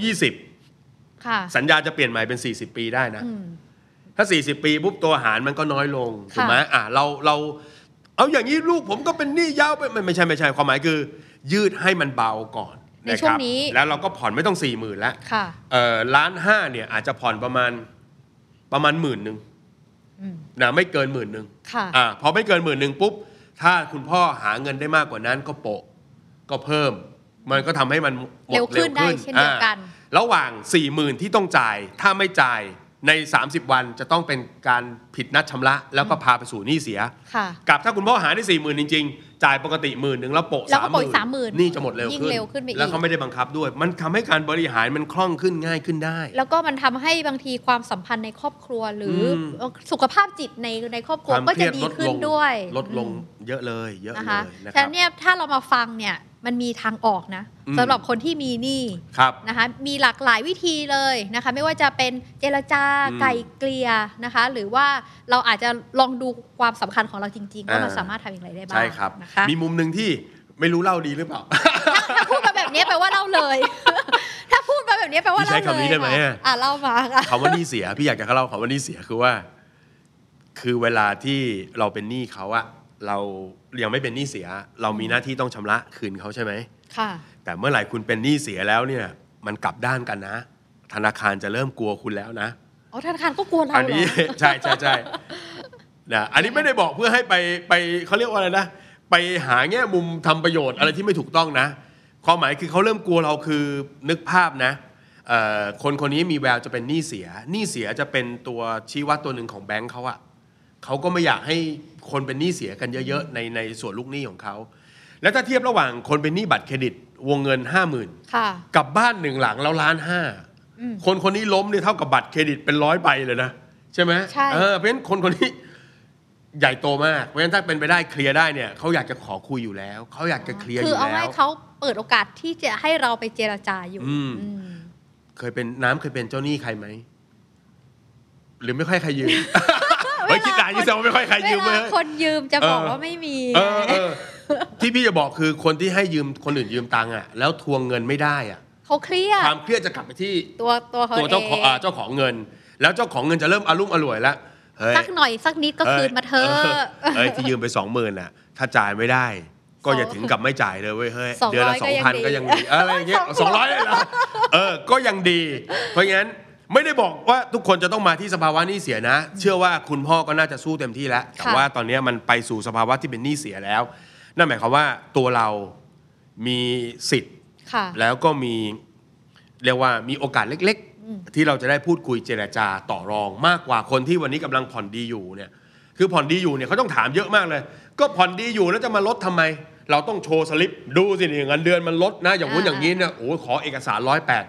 Speaker 2: ค่ะ
Speaker 3: 20 สัญญาจะเปลี่ยนใหม่เป็น 40 ปีได้นะ
Speaker 2: อืม
Speaker 3: ถ้า 40 ปีปุ๊บตัวหารมันก็น้อยลง
Speaker 2: ค่ะ
Speaker 3: ถูกไหมอ่ะเราเราเอาอย่างนี้ลูกผมก็เป็นหนี้ยาวไปไม่ไม่ใช่ไม่ใช่ความหมายคือ ยืดให้มันเบาก่อน
Speaker 2: ในะ ช่ว
Speaker 3: ค
Speaker 2: ง
Speaker 3: รับ
Speaker 2: นี้
Speaker 3: แล้วเราก็ผ่อนไม่ต้อง4ี่หมื่นละ
Speaker 2: ค่ะ
Speaker 3: เอ่อล้านห้าเนี่ยอาจจะผ่อนประมาณประมาณหมื่นหนึ่ง
Speaker 2: อืม
Speaker 3: นะไม่เกินหมื่นหนึ่ง
Speaker 2: ค่ะ
Speaker 3: อ่าพอไม่เกินหมื่นหนึ่งปุ๊บ ถ้าคุณพ่อหาเงินได้มากกว่านั้นก็โปะก็เพิ่ม มันก็ทำให้มันหมด
Speaker 2: เร็วขึ้นได้เช่นเดียวกัน
Speaker 3: อ่าระหว่าง4ี่หมื่นที่ต้องจ่าย ถ้าไม่จ่ายใน 30 วันจะต้องเป็นการผิดนัดชำระ แล้วก็พาไปสู่หนี้เสีย
Speaker 2: ค่ะ
Speaker 3: กับถ้าคุณพ่อหาได้สี่หมื่นจริง ๆ จ่ายปกติหมื่นหนึ่งแล้วโปะ
Speaker 2: แล้ว
Speaker 3: สา
Speaker 2: ก็
Speaker 3: มห
Speaker 2: โปะ
Speaker 3: มื่น
Speaker 2: 30,000
Speaker 3: นี่จะหมดเร็ว
Speaker 2: ยิ่ง
Speaker 3: ขึ้น
Speaker 2: เร็วขึ้นไปอีก
Speaker 3: แล้วเขาไม่ได้บังคับด้วย มันทำให้การบริหารมันคล่องขึ้นง่ายขึ้นได้
Speaker 2: แล้วก็มันทำให้บางทีความสัมพันธ์ในครอบครัวหรืออสุขภาพจิตในในครอบครัวก็จะดีขึ้นด้วย
Speaker 3: ลดลง
Speaker 2: อืม
Speaker 3: เยอะเลยเยอะ
Speaker 2: นะ
Speaker 3: เล
Speaker 2: คะ
Speaker 3: ยนะ
Speaker 2: ฉะ
Speaker 3: ครับ
Speaker 2: นั้นเนี่ยถ้าเรามาฟังเนี่ยมันมีทางออกนะ
Speaker 3: อืม
Speaker 2: สำหรับคนที่มีหนี้
Speaker 3: ครับ
Speaker 2: นะคะมีหลากหลายวิธีเลยนะคะไม่ว่าจะเป็นเจรจา
Speaker 3: อืม
Speaker 2: ไก่เกลี่ยนะคะ หรือว่าเราอาจจะลองดูความสำคัญของเราจริงๆว่า
Speaker 3: อ่า
Speaker 2: มันสามารถทำอย่างไรได้บ้าง
Speaker 3: ใช่ครับ
Speaker 2: นะคะ
Speaker 3: มีมุมหนึ่งที่ไม่รู้เล่าดีหรือเปล่า
Speaker 2: ถ้าพูดมาแบบนี้แปลว่าเล่าเลย ถ้าพูดมาแบบนี้แปลว่าเล่าเล
Speaker 3: พี่ใช้
Speaker 2: ย
Speaker 3: คำนี้ได้ไหม
Speaker 2: ค่ะ
Speaker 3: อะ
Speaker 2: อ่ะเล่ามาค่ะ
Speaker 3: คำว่าหนี่เสียพี่อยากจะเล่าคำว่าหนี่เสียคือว่า คือเวลาที่เราเป็นหนี้เขาอะเรายังไม่เป็นหนี้เสีย เรามีหน้าที่ต้องชำระคืนเขาใช่ไหม
Speaker 2: ค่ะ
Speaker 3: แต่เมื่อไหร่คุณเป็นหนี้เสียแล้วเนี่ย มันกลับด้านกันนะ ธนาคารจะเริ่มกลัวคุณแล้วนะ
Speaker 2: อ๋อธนาคารก็กลัวเรา
Speaker 3: อัน
Speaker 2: เหร
Speaker 3: นี้
Speaker 2: อ
Speaker 3: ใช่ใช่ใช่นะอันนี้ไม่ได้บอกเพื่อให้ไปไปเขาเรียกว่าอะไรนะ ไปหาแง่มุมทำประโยชน์อะไรที่ไม่ถูกต้องนะ ความหมายคือเขาเริ่มกลัวเราคือนึกภาพนะเอ่อคนคนนี้มีแววจะเป็นหนี้เสียหนี้เสียจะเป็นตัวชี้วัดตัวหนึ่งของแบงค์เขาอะเขาก็ไม่อยากให้คนเป็นหนี้เสียกันเยอะๆในในส่วนลูกหนี้ของเขาแล้วถ้าเทียบระหว่างคนเป็นหนี้บัตรเครดิต วงเงิน 5 0,000
Speaker 2: ค่ะ
Speaker 3: กับบ้านหนึ่งหลังแล้วล้านห้า
Speaker 2: อืม
Speaker 3: คนคนนี้ล้มเนี่ยเท่ากับบัตรเครดิตเป็นร้อยใบเลยนะ ใช่ไหม
Speaker 2: ใช่
Speaker 3: เออเพราะฉะนั้นคนคนนี้ ใหญ่โตมาก เพราะฉะนั้นถ้าเป็นไปได้เคลียร์ได้เนี่ยเขาอยากจะขอคุยอยู่แล้ว เขาอยากจะเคลียร์อ
Speaker 2: คือยู่เอา
Speaker 3: แล้
Speaker 2: ให้
Speaker 3: ว
Speaker 2: เขาเปิดโอกาสที่จะให้เราไปเจรจาอยู่
Speaker 3: อืม
Speaker 2: อืม
Speaker 3: เคยเป็นน้ำเคยเป็นเจ้าหนี้ใครไหม หรือไม่ค่อยใครยืม เฮ้ยคิดนานยิ่งแสดงว่าไม่ค่อยใครยืม
Speaker 2: เว
Speaker 3: เลย
Speaker 2: ลาคนยืมจะบอก
Speaker 3: เออ
Speaker 2: ว่าไม่มี
Speaker 3: เออเออที่พี่จะบอกคือคนที่ให้ยืมคนอื่นยืมตังค์อ่ะ แล้วทวงเงินไม่ได้อ่ะ
Speaker 2: เขาเครียด
Speaker 3: ความเครียดจะกลับไปที่
Speaker 2: ตัวตัวเขา
Speaker 3: ตัวเจ้าของ
Speaker 2: เอ
Speaker 3: อ่าง เจ้าของเงิน แล้วเจ้าของเงินจะเริ่มอารุ่มอร่วยแล้วเฮ้ย
Speaker 2: สักหน่อยสักนิดก็คืนมาเธอะ
Speaker 3: เฮ้ยเฮ้ยที่ยืมไปสองหมื่นน่ะ ถ้าจ่ายไม่ได้ ก็อย่าถึงกับไม่จ่ายเลยเว้ยเฮ้ย
Speaker 2: สอง
Speaker 3: เดือน
Speaker 2: ร้อ
Speaker 3: ละ
Speaker 2: ย
Speaker 3: สองพัน
Speaker 2: ก็
Speaker 3: ก็
Speaker 2: ยั
Speaker 3: ยังง
Speaker 2: ดี
Speaker 3: ดีอะไรอย่างเงี้ ยสองร้อยเลยเหรอเออ ก็ยังดี เพราะงั้นไม่ได้บอกว่าทุกคนจะต้องมาที่สภาวะหนี้เสียนะ เชื่อว่าคุณพ่อก็น่าจะสู้เต็มที่แล้วแต่ว่าตอนเนี้ยมันไปสู่สภาวะที่เป็นหนี้เสียแล้ว นั่นหมายความว่าตัวเรามีสิทธิ
Speaker 2: ค่ะ
Speaker 3: แล้วก็มีเรียกว่ามีโอกาสเล็ก
Speaker 2: อืม
Speaker 3: ๆ ที่เราจะได้พูดคุยเจรจาต่อรองมากกว่าคนที่วันนี้กำลังผ่อนดีอยู่เนี่ยคือผ่อนดีอยู่เนี่ยเขาต้องถามเยอะมากเลย ก็ผ่อนดีอยู่แล้วจะมาลดทำไม เราต้องโชว์สลิปดูสิเนี่ยเงินเดือนมันลดนะอย่างงู้นอย่างนี้เนี่ยโอ้ยขอเอกสารร้อยแปด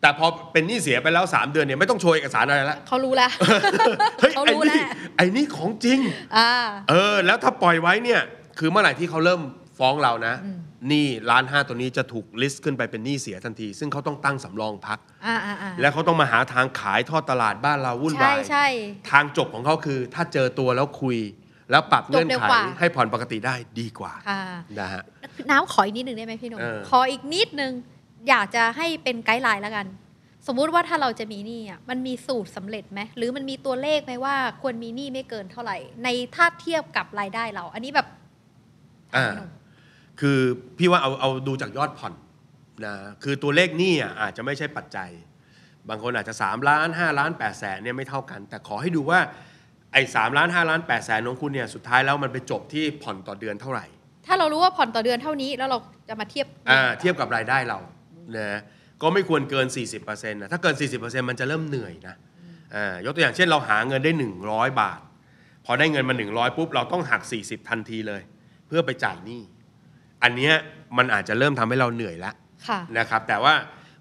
Speaker 3: แต่พอเป็นหนี้เสียไปแล้ว 3 เดือนเนี่ยไม่ต้องโชว์เอกสารอะไรละ
Speaker 2: เขารู้แล้ว
Speaker 3: เฮ้ย
Speaker 2: เขา
Speaker 3: ไอ้
Speaker 2: รู้แห
Speaker 3: นี่
Speaker 2: ละ
Speaker 3: ไอ้นี่ของจริง
Speaker 2: อ่า
Speaker 3: เออแล้วถ้าปล่อยไว้เนี่ยคือเมื่อไหร่ที่เขาเริ่มฟ้องเรานะหนี่ร้านห้าตัวนี้จะถูกลิสต์ขึ้นไปเป็นหนี้เสียทันที ซึ่งเขาต้องตั้งสำรองพัก
Speaker 2: อ่าอ่าอ่า
Speaker 3: และเขาต้องมาหาทางขายทอดตลาดบ้านเราวุ่น
Speaker 2: ใช่
Speaker 3: วาย
Speaker 2: ใช่
Speaker 3: ทางจบของเขาคือ ถ้าเจอตัวแล้วคุย แล้วปรับเงื่อ
Speaker 2: จ
Speaker 3: น
Speaker 2: บเร็ว
Speaker 3: ไข
Speaker 2: กว่า
Speaker 3: ให้ผ่อนปกติได้ดีกว่า
Speaker 2: ค่ะ
Speaker 3: นะฮะ
Speaker 2: น้ำขออีกนิดหนึ่งได้ไหมพี่หนุ่ม
Speaker 3: เออ
Speaker 2: ขออีกนิดหนึ่งอยากจะให้เป็นไกด์ไลน์แล้วกัน สมมุติว่าถ้าเราจะมีหนี้อ่ะมันมีสูตรสำเร็จไหมหรือมันมีตัวเลขไหมว่าควรมีหนี้ไม่เกินเท่าไหร่ ในถ้าเทียบกับรายได้เรา อันนี้แบบ
Speaker 3: อ่า คือพี่ว่าเอาเอาดูจากยอดผ่อนนะคือตัวเลขหนี้อ่ะอาจจะไม่ใช่ปัจจัย บางคนอาจจะ 3 ล้าน 5 ล้าน8แสนเนี่ยไม่เท่ากัน แต่ขอให้ดูว่าไอ้สล้าน5ล้าน8แสนของคุณเนี่ยสุดท้ายแล้วมันไปจบที่ผ่อนต่อเดือนเท่าไหร่
Speaker 2: ถ้าเรารู้ว่าผ่อนต่อเดือนเท่านี้แล้วเราจะมาเทียบ
Speaker 3: อ่าเทียบกับรายได้เรานะก็ไม่ควรเกิน 40%นะถ้าเกิน 40%มันจะเริ่มเหนื่อยนะอ่ายกตัวอย่างเช่นเราหาเงินได้ 100 บาท พอได้เงินมา 100 ปุ๊บเราต้องหัก 40 ทันทีเลย เพื่อไปจ่ายหนี้อันเนี้ยมันอาจจะเริ่มทำให้เราเหนื่อยละ
Speaker 2: ค่ะ
Speaker 3: นะครับแต่ว่า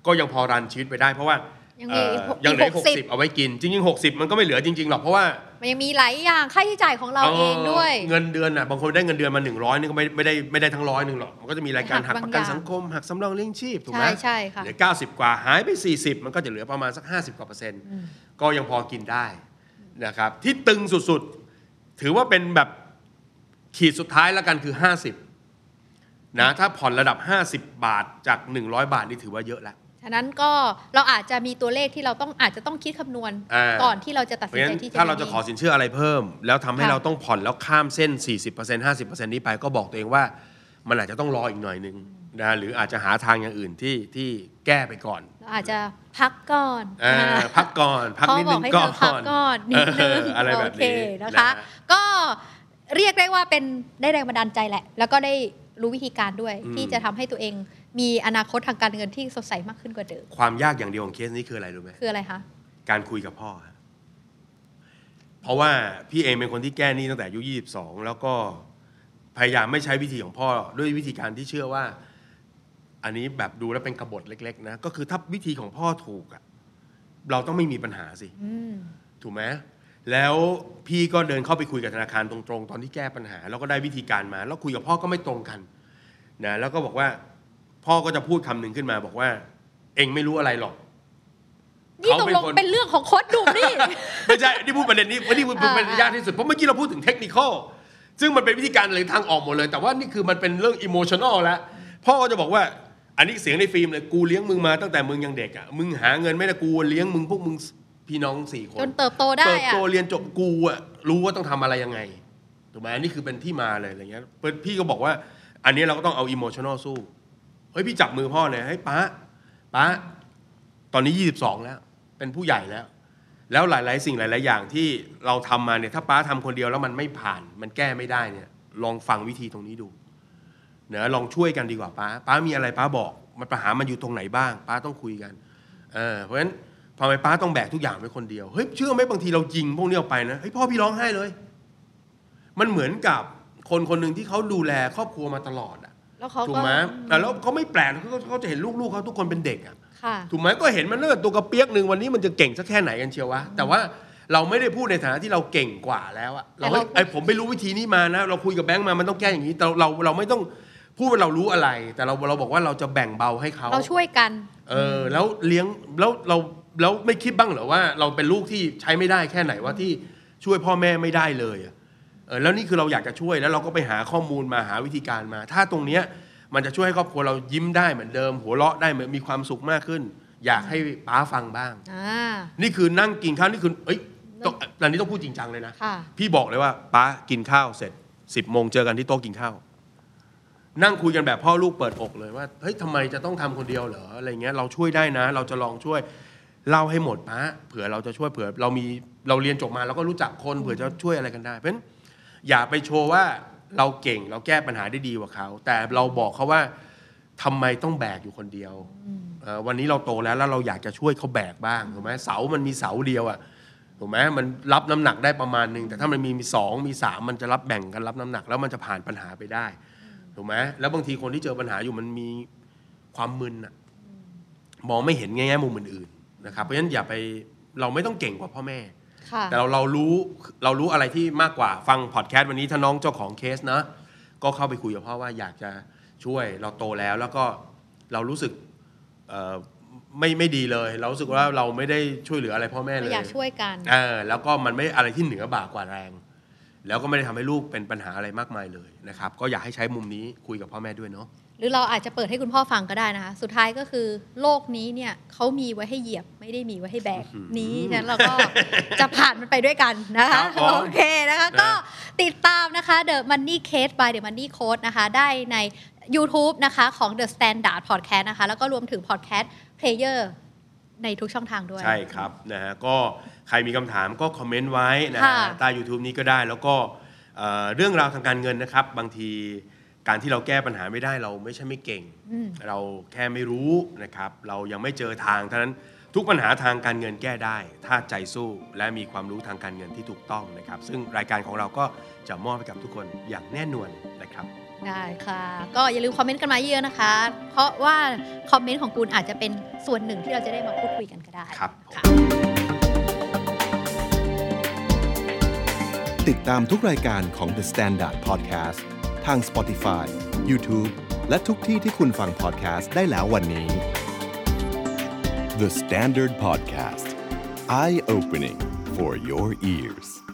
Speaker 3: ก็ยังพอรันชีวิตไปได้เพราะว่า
Speaker 2: ยั
Speaker 3: ยัง
Speaker 2: มีอีกหก
Speaker 3: ยังเหลือ
Speaker 2: อีก
Speaker 3: ห
Speaker 2: ห
Speaker 3: ก
Speaker 2: กสิ
Speaker 3: สิ
Speaker 2: บ
Speaker 3: บเอาไว้กิน จริงๆหกสิบมันก็ไม่เหลือจริงๆหรอกเพราะว่า
Speaker 2: มันยังมีหลายอย่างค่าใช้จ่ายของเราเองด้วย
Speaker 3: เงินเดือนน่ะบางคนได้เงินเดือนมา 100นี่ก็ไม่ไม่ได้ไม่ได้ทั้งร้อยหนึ่งหรอกมันก็จะมีรายการ
Speaker 2: หั
Speaker 3: หั
Speaker 2: ก
Speaker 3: ก
Speaker 2: บาง
Speaker 3: ประกัน
Speaker 2: อย่าง
Speaker 3: สังคมหักสำรองเลี้ยงชีพถูกไหม
Speaker 2: ใช่ใช่ค่ะ
Speaker 3: เหลือ 90 กว่าหายไป 40 มันก็จะเหลือประมาณสัก 50 กว่าเปอร์เซ็นต์
Speaker 2: อืม
Speaker 3: ก็ยังพอกินได้นะครับที่ตึงสุดๆ ถือว่าเป็นแบบขีดสุดท้ายแล้วกันคือ 50 นะถ้าผ่อนระดับ 50 บาทจาก 100 บาทนี่ถือว่าเยอะแล้ว
Speaker 2: ฉะนั้นก็เราอาจจะมีตัวเลขที่เราต้องอาจจะต้องคิดคำนวณ
Speaker 3: อ่า
Speaker 2: ก่อนที่เราจะตัด
Speaker 3: เพ
Speaker 2: สิ
Speaker 3: ราะ
Speaker 2: นใจ
Speaker 3: ฉะนั้น
Speaker 2: ที่จะ
Speaker 3: ถ้าเราจะ
Speaker 2: ห
Speaker 3: ข
Speaker 2: นี้
Speaker 3: อสินเชื่ออะไรเพิ่ม แล้วทำให้
Speaker 2: ค่ะ
Speaker 3: เราต้องผ่อนแล้วข้ามเส้น 40% 50%นี้ไปก็บอกตัวเองว่า มันอาจจะต้องรออีกหน่อยนึงนะหรืออาจจะหาทางอย่างอื่นที่ที่แก้ไปก่อน
Speaker 2: เราอาจจะพักก่อน
Speaker 3: อ่า
Speaker 2: อ่า
Speaker 3: พักก่อน พัก
Speaker 2: เขา
Speaker 3: นิด
Speaker 2: บ
Speaker 3: นึ
Speaker 2: อก
Speaker 3: ง
Speaker 2: ให้
Speaker 3: ก่
Speaker 2: เธอ
Speaker 3: อ
Speaker 2: พัก
Speaker 3: น
Speaker 2: ก่อนนิดนึง
Speaker 3: เอออะไรแบบ
Speaker 2: โอเค
Speaker 3: นี้
Speaker 2: นะคะ ก็เรียกได้ว่าเป็นได้แรงบันดาลใจแหละ แล้วก็ได้รู้วิธีการด้วย ที่จะทำให้ตัวเองมีอนาคตทางการเงินที่สดใสมากขึ้นกว่าเดิม
Speaker 3: ความยากอย่างเดียวของเคสนี้คืออะไรรู้ไหม
Speaker 2: คืออะไรคะ
Speaker 3: การคุยกับพ่อฮะเพราะว่าพี่เองเป็นคนที่แก้หนี้ตั้งแต่อายุ 22 แล้วก็พยายามไม่ใช้วิธีของพ่อ ด้วยวิธีการที่เชื่อว่า อันนี้แบบดูแล้วเป็นกบฏเล็ก ๆ นะ ก็คือถ้าวิธีของพ่อถูกอะเราต้องไม่มีปัญหาสิ
Speaker 2: อืม
Speaker 3: ถูกไหมแล้วพี่ก็เดินเข้าไปคุยกับธนาคารตรงๆ ตอนที่แก้ปัญหา แล้วก็ได้วิธีการมา แล้วคุยกับพ่อก็ไม่ตรงกันนะแล้วก็บอกว่า พ่อก็จะพูดคำหนึ่งขึ้นมาบอกว่า เองไม่รู้อะไรหรอก
Speaker 2: นี่ตก
Speaker 3: เขาเป็น
Speaker 2: ลง
Speaker 3: คน
Speaker 2: เป็นเรื่องของโค้ดดุมนี่
Speaker 3: ไม่ใช่ นี่พูดประเด็นนี้วันนี้พูดประเด็น
Speaker 2: อ่าย
Speaker 3: ากที่สุด เพราะเมื่อกี้เราพูดถึงเทคนิคอลซึ่งมันเป็นวิธีการเลยทางออกหมดเลย แต่ว่านี่คือมันเป็นเรื่องอิโมชันอลแล้ว พ่อก็จะบอกว่า อันนี้เสียงในฟิล์มเลย กูเลี้ยงมึงมาตั้งแต่มึงยังเด็กอ่ะ มึงหาเงินไม่ได้กูเลี้ยงมึงพวกมึงพี่น้องสี่คน
Speaker 2: จนเติบโตได้อะ
Speaker 3: เติบโตเรียนจบกูอ่ะรู้ว่าต้องทำอะไรยังไง ถูกไหมอันนี้คือเป็นที่มาเลยอะไรเงี้ยเปิดพี่ก็บอกว่า อันนี้เราก็ต้องเอาอิโมชันอลสู้ เฮ้ยพี่จับมือพ่อเนี่ยเฮ้ยป๊าป๊าตอนนี้ 22 แล้ว เป็นผู้ใหญ่แล้ว แล้วหลาย ๆ สิ่งหลาย ๆ อย่างที่เราทำมาเนี่ยถ้าป๊าทำคนเดียวแล้วมันไม่ผ่าน มันแก้ไม่ได้เนี่ย ลองฟังวิธีตรงนี้ดูเนอะลองช่วยกันดีกว่าป๊าป๊ามีอะไรป๊าบอก มันปัญหามันอยู่ตรงไหนบ้าง ป๊าต้องคุยกันเออเพราะฉะนั้นพอไปป๊าต้องแบกทุกอย่างไปคนเดียวเฮ้ยเชื่อไหมบางทีเรายิงพวกนี้ออกไปนะเฮ้ยพ่อพี่ร้องไห้เลย มันเหมือนกับคนคนหนึ่งที่เขาดูแลครอบครัวมาตลอดอะ
Speaker 2: แล้วเขา
Speaker 3: ถูก
Speaker 2: ก็
Speaker 3: ไหมอ่ะแล้วเขาไม่แปลกเขาก็เขาจะเห็นลูกๆเขาทุกคนเป็นเด็กอ่ะ
Speaker 2: ค่ะ
Speaker 3: ถูกไหมก็เห็นมันเลิกตัวกระเปียกหนึ่งวันนี้มันจะเก่งสักแค่ไหนกันเชียววะ แต่ว่าเราไม่ได้พูดในฐานะที่เราเก่งกว่าแล้วอะเรา
Speaker 2: แต่
Speaker 3: ไม่
Speaker 2: เรา
Speaker 3: ไอผมไปรู้วิธีนี้มานะ เราคุยกับแบงค์มา มันต้องแก้อย่างนี้ แต่เราเราไม่ต้องพูดว่าเรารู้อะไร แต่เราเราบอกว่าเราจะแบ่งเบาให้เขา
Speaker 2: เราช่วยกัน
Speaker 3: เออแล้วเลี้ยงแล้วเราแล้วไม่คิดบ้างเหรอว่า เราเป็นลูกที่ใช้ไม่ได้แค่ไหนว่าที่ช่วยพ่อแม่ไม่ได้เลยอะเออแล้วนี่คือเราอยากจะช่วยแล้วเราก็ไปหาข้อมูลมาหาวิธีการมา ถ้าตรงเนี้ยมันจะช่วยให้ครอบครัวเรายิ้มได้เหมือนเดิม หัวเราะได้เหมือนมีความสุขมากขึ้น อยากให้ป้าฟังบ้าง
Speaker 2: อ่า
Speaker 3: นี่คือนั่งกินข้าวนี่คือเอ้ยต้องอันนี้ต้องพูดจริงจังเลยนะ
Speaker 2: ค่ะ
Speaker 3: พี่บอกเลยว่าป้ากินข้าวเสร็จสิบโมงเจอกันที่โต๊ะกินข้าว นั่งคุยกันแบบพ่อลูกเปิดอกเลยว่าเฮ้ยทำไมจะต้องทำคนเดียวเหรออะไรเงี้ยเราช่วยได้นะ เราจะลองช่วยเล่าให้หมดป้าเผื่อเราจะช่วยเผื่อเรามีเราเรียนจบมาเราก็รู้จักคนเผื่อจะช่วยอะไรกันได้ เพราะฉะนั้นอย่าไปโชว์ว่าเราเก่งเราแก้ปัญหาได้ดีกว่าเขา แต่เราบอกเขาว่าทำไมต้องแบกอยู่คนเดียวเอ่อวันนี้เราโตแล้วแล้วเราอยากจะช่วยเขาแบกบ้างถูกไหมเสามันมีเสาเดียวอะ ถูกไหมมันรับน้ำหนักได้ประมาณหนึ่งแต่ถ้ามันมีมีสองมีสามมันจะรับแบ่งกันรับน้ำหนัก แล้วมันจะผ่านปัญหาไปได้ถูกไหมแล้วบางทีคนที่เจอปัญหาอยู่มันมีความมึนอะมองไม่เห็นแง่ๆมุมอื่นๆนะครับเพราะฉะนั้นอย่าไปเราไม่ต้องเก่งกว่าพ่อแม่
Speaker 2: ค่ะ
Speaker 3: แต่เราเรารู้เรารู้อะไรที่มากกว่าฟังพอดแคสต์วันนี้ถ้าน้องเจ้าของเคสนะ ก็เข้าไปคุยกับพ่อว่าอยากจะช่วยเราโตแล้ว แล้วก็เรารู้สึกเอ่อไม่ไม่ดีเลย เรารู้สึกว่าเราไม่ได้ช่วยเหลืออะไรพ่อแม่เลย
Speaker 2: เราอยากช่วยกัน
Speaker 3: เออแล้วก็มันไม่อะไรที่เหนือบ่ากว่าแรง แล้วก็ไม่ได้ทำให้ลูกเป็นปัญหาอะไรมากมายเลยนะครับ ก็อยากให้ใช้มุมนี้คุยกับพ่อแม่ด้วยเนาะ
Speaker 2: หรือเราอาจจะเปิดให้คุณพ่อฟังก็ได้นะคะ สุดท้ายก็คือโลกนี้เนี่ยเขามีไว้ให้เหยียบไม่ได้มีไว้ให้แบกนี้ฉะนั้นเราก็ จะผ่านมันไปด้วยกันนะ
Speaker 3: ครั
Speaker 2: คะ
Speaker 3: บผม
Speaker 2: โอเคนะคะ
Speaker 3: นะ
Speaker 2: ก็ติดตามนะคะ The Money Case by The Money Code นะคะ ได้ใน YouTube นะคะของ The Standard Podcast นะคะ แล้วก็รวมถึง Podcast Player ในทุกช่องทางด้วย
Speaker 3: ใช่ครับนะฮะก็ใครมีคำถามก็คอมเมนต์ไว้นะฮะ
Speaker 2: ค่ะ
Speaker 3: ใต้ YouTube นี้ก็ได้แล้วก็เอ่อเรื่องราวทางการเงินนะครับ บางทีการที่เราแก้ปัญหาไม่ได้เราไม่ใช่ไม่เก่ง
Speaker 2: อืม
Speaker 3: เราแค่ไม่รู้นะครับ เรายังไม่เจอทางเท่านั้นทุกปัญหาทางการเงินแก้ได้ ถ้าใจสู้และมีความรู้ทางการเงินที่ถูกต้องนะครับ ซึ่งรายการของเราก็จะมอบให้กับทุกคนอย่างแน่นอนนะครับ
Speaker 2: ได้ค่ะ ก็อย่าลืมคอมเมนต์กันมาเยอะๆนะคะ เพราะว่าคอมเมนต์ของคุณอาจจะเป็นส่วนหนึ่งที่เราจะได้มาพูดคุยกันก็ได้
Speaker 3: ครับ
Speaker 2: ค่ะ
Speaker 1: ติดตามทุกรายการของ The Standard Podcast ทาง Spotify, YouTube และทุกที่ที่คุณฟัง podcast ได้แล้ววันนี้ The Standard Podcast Eye Opening for Your Ears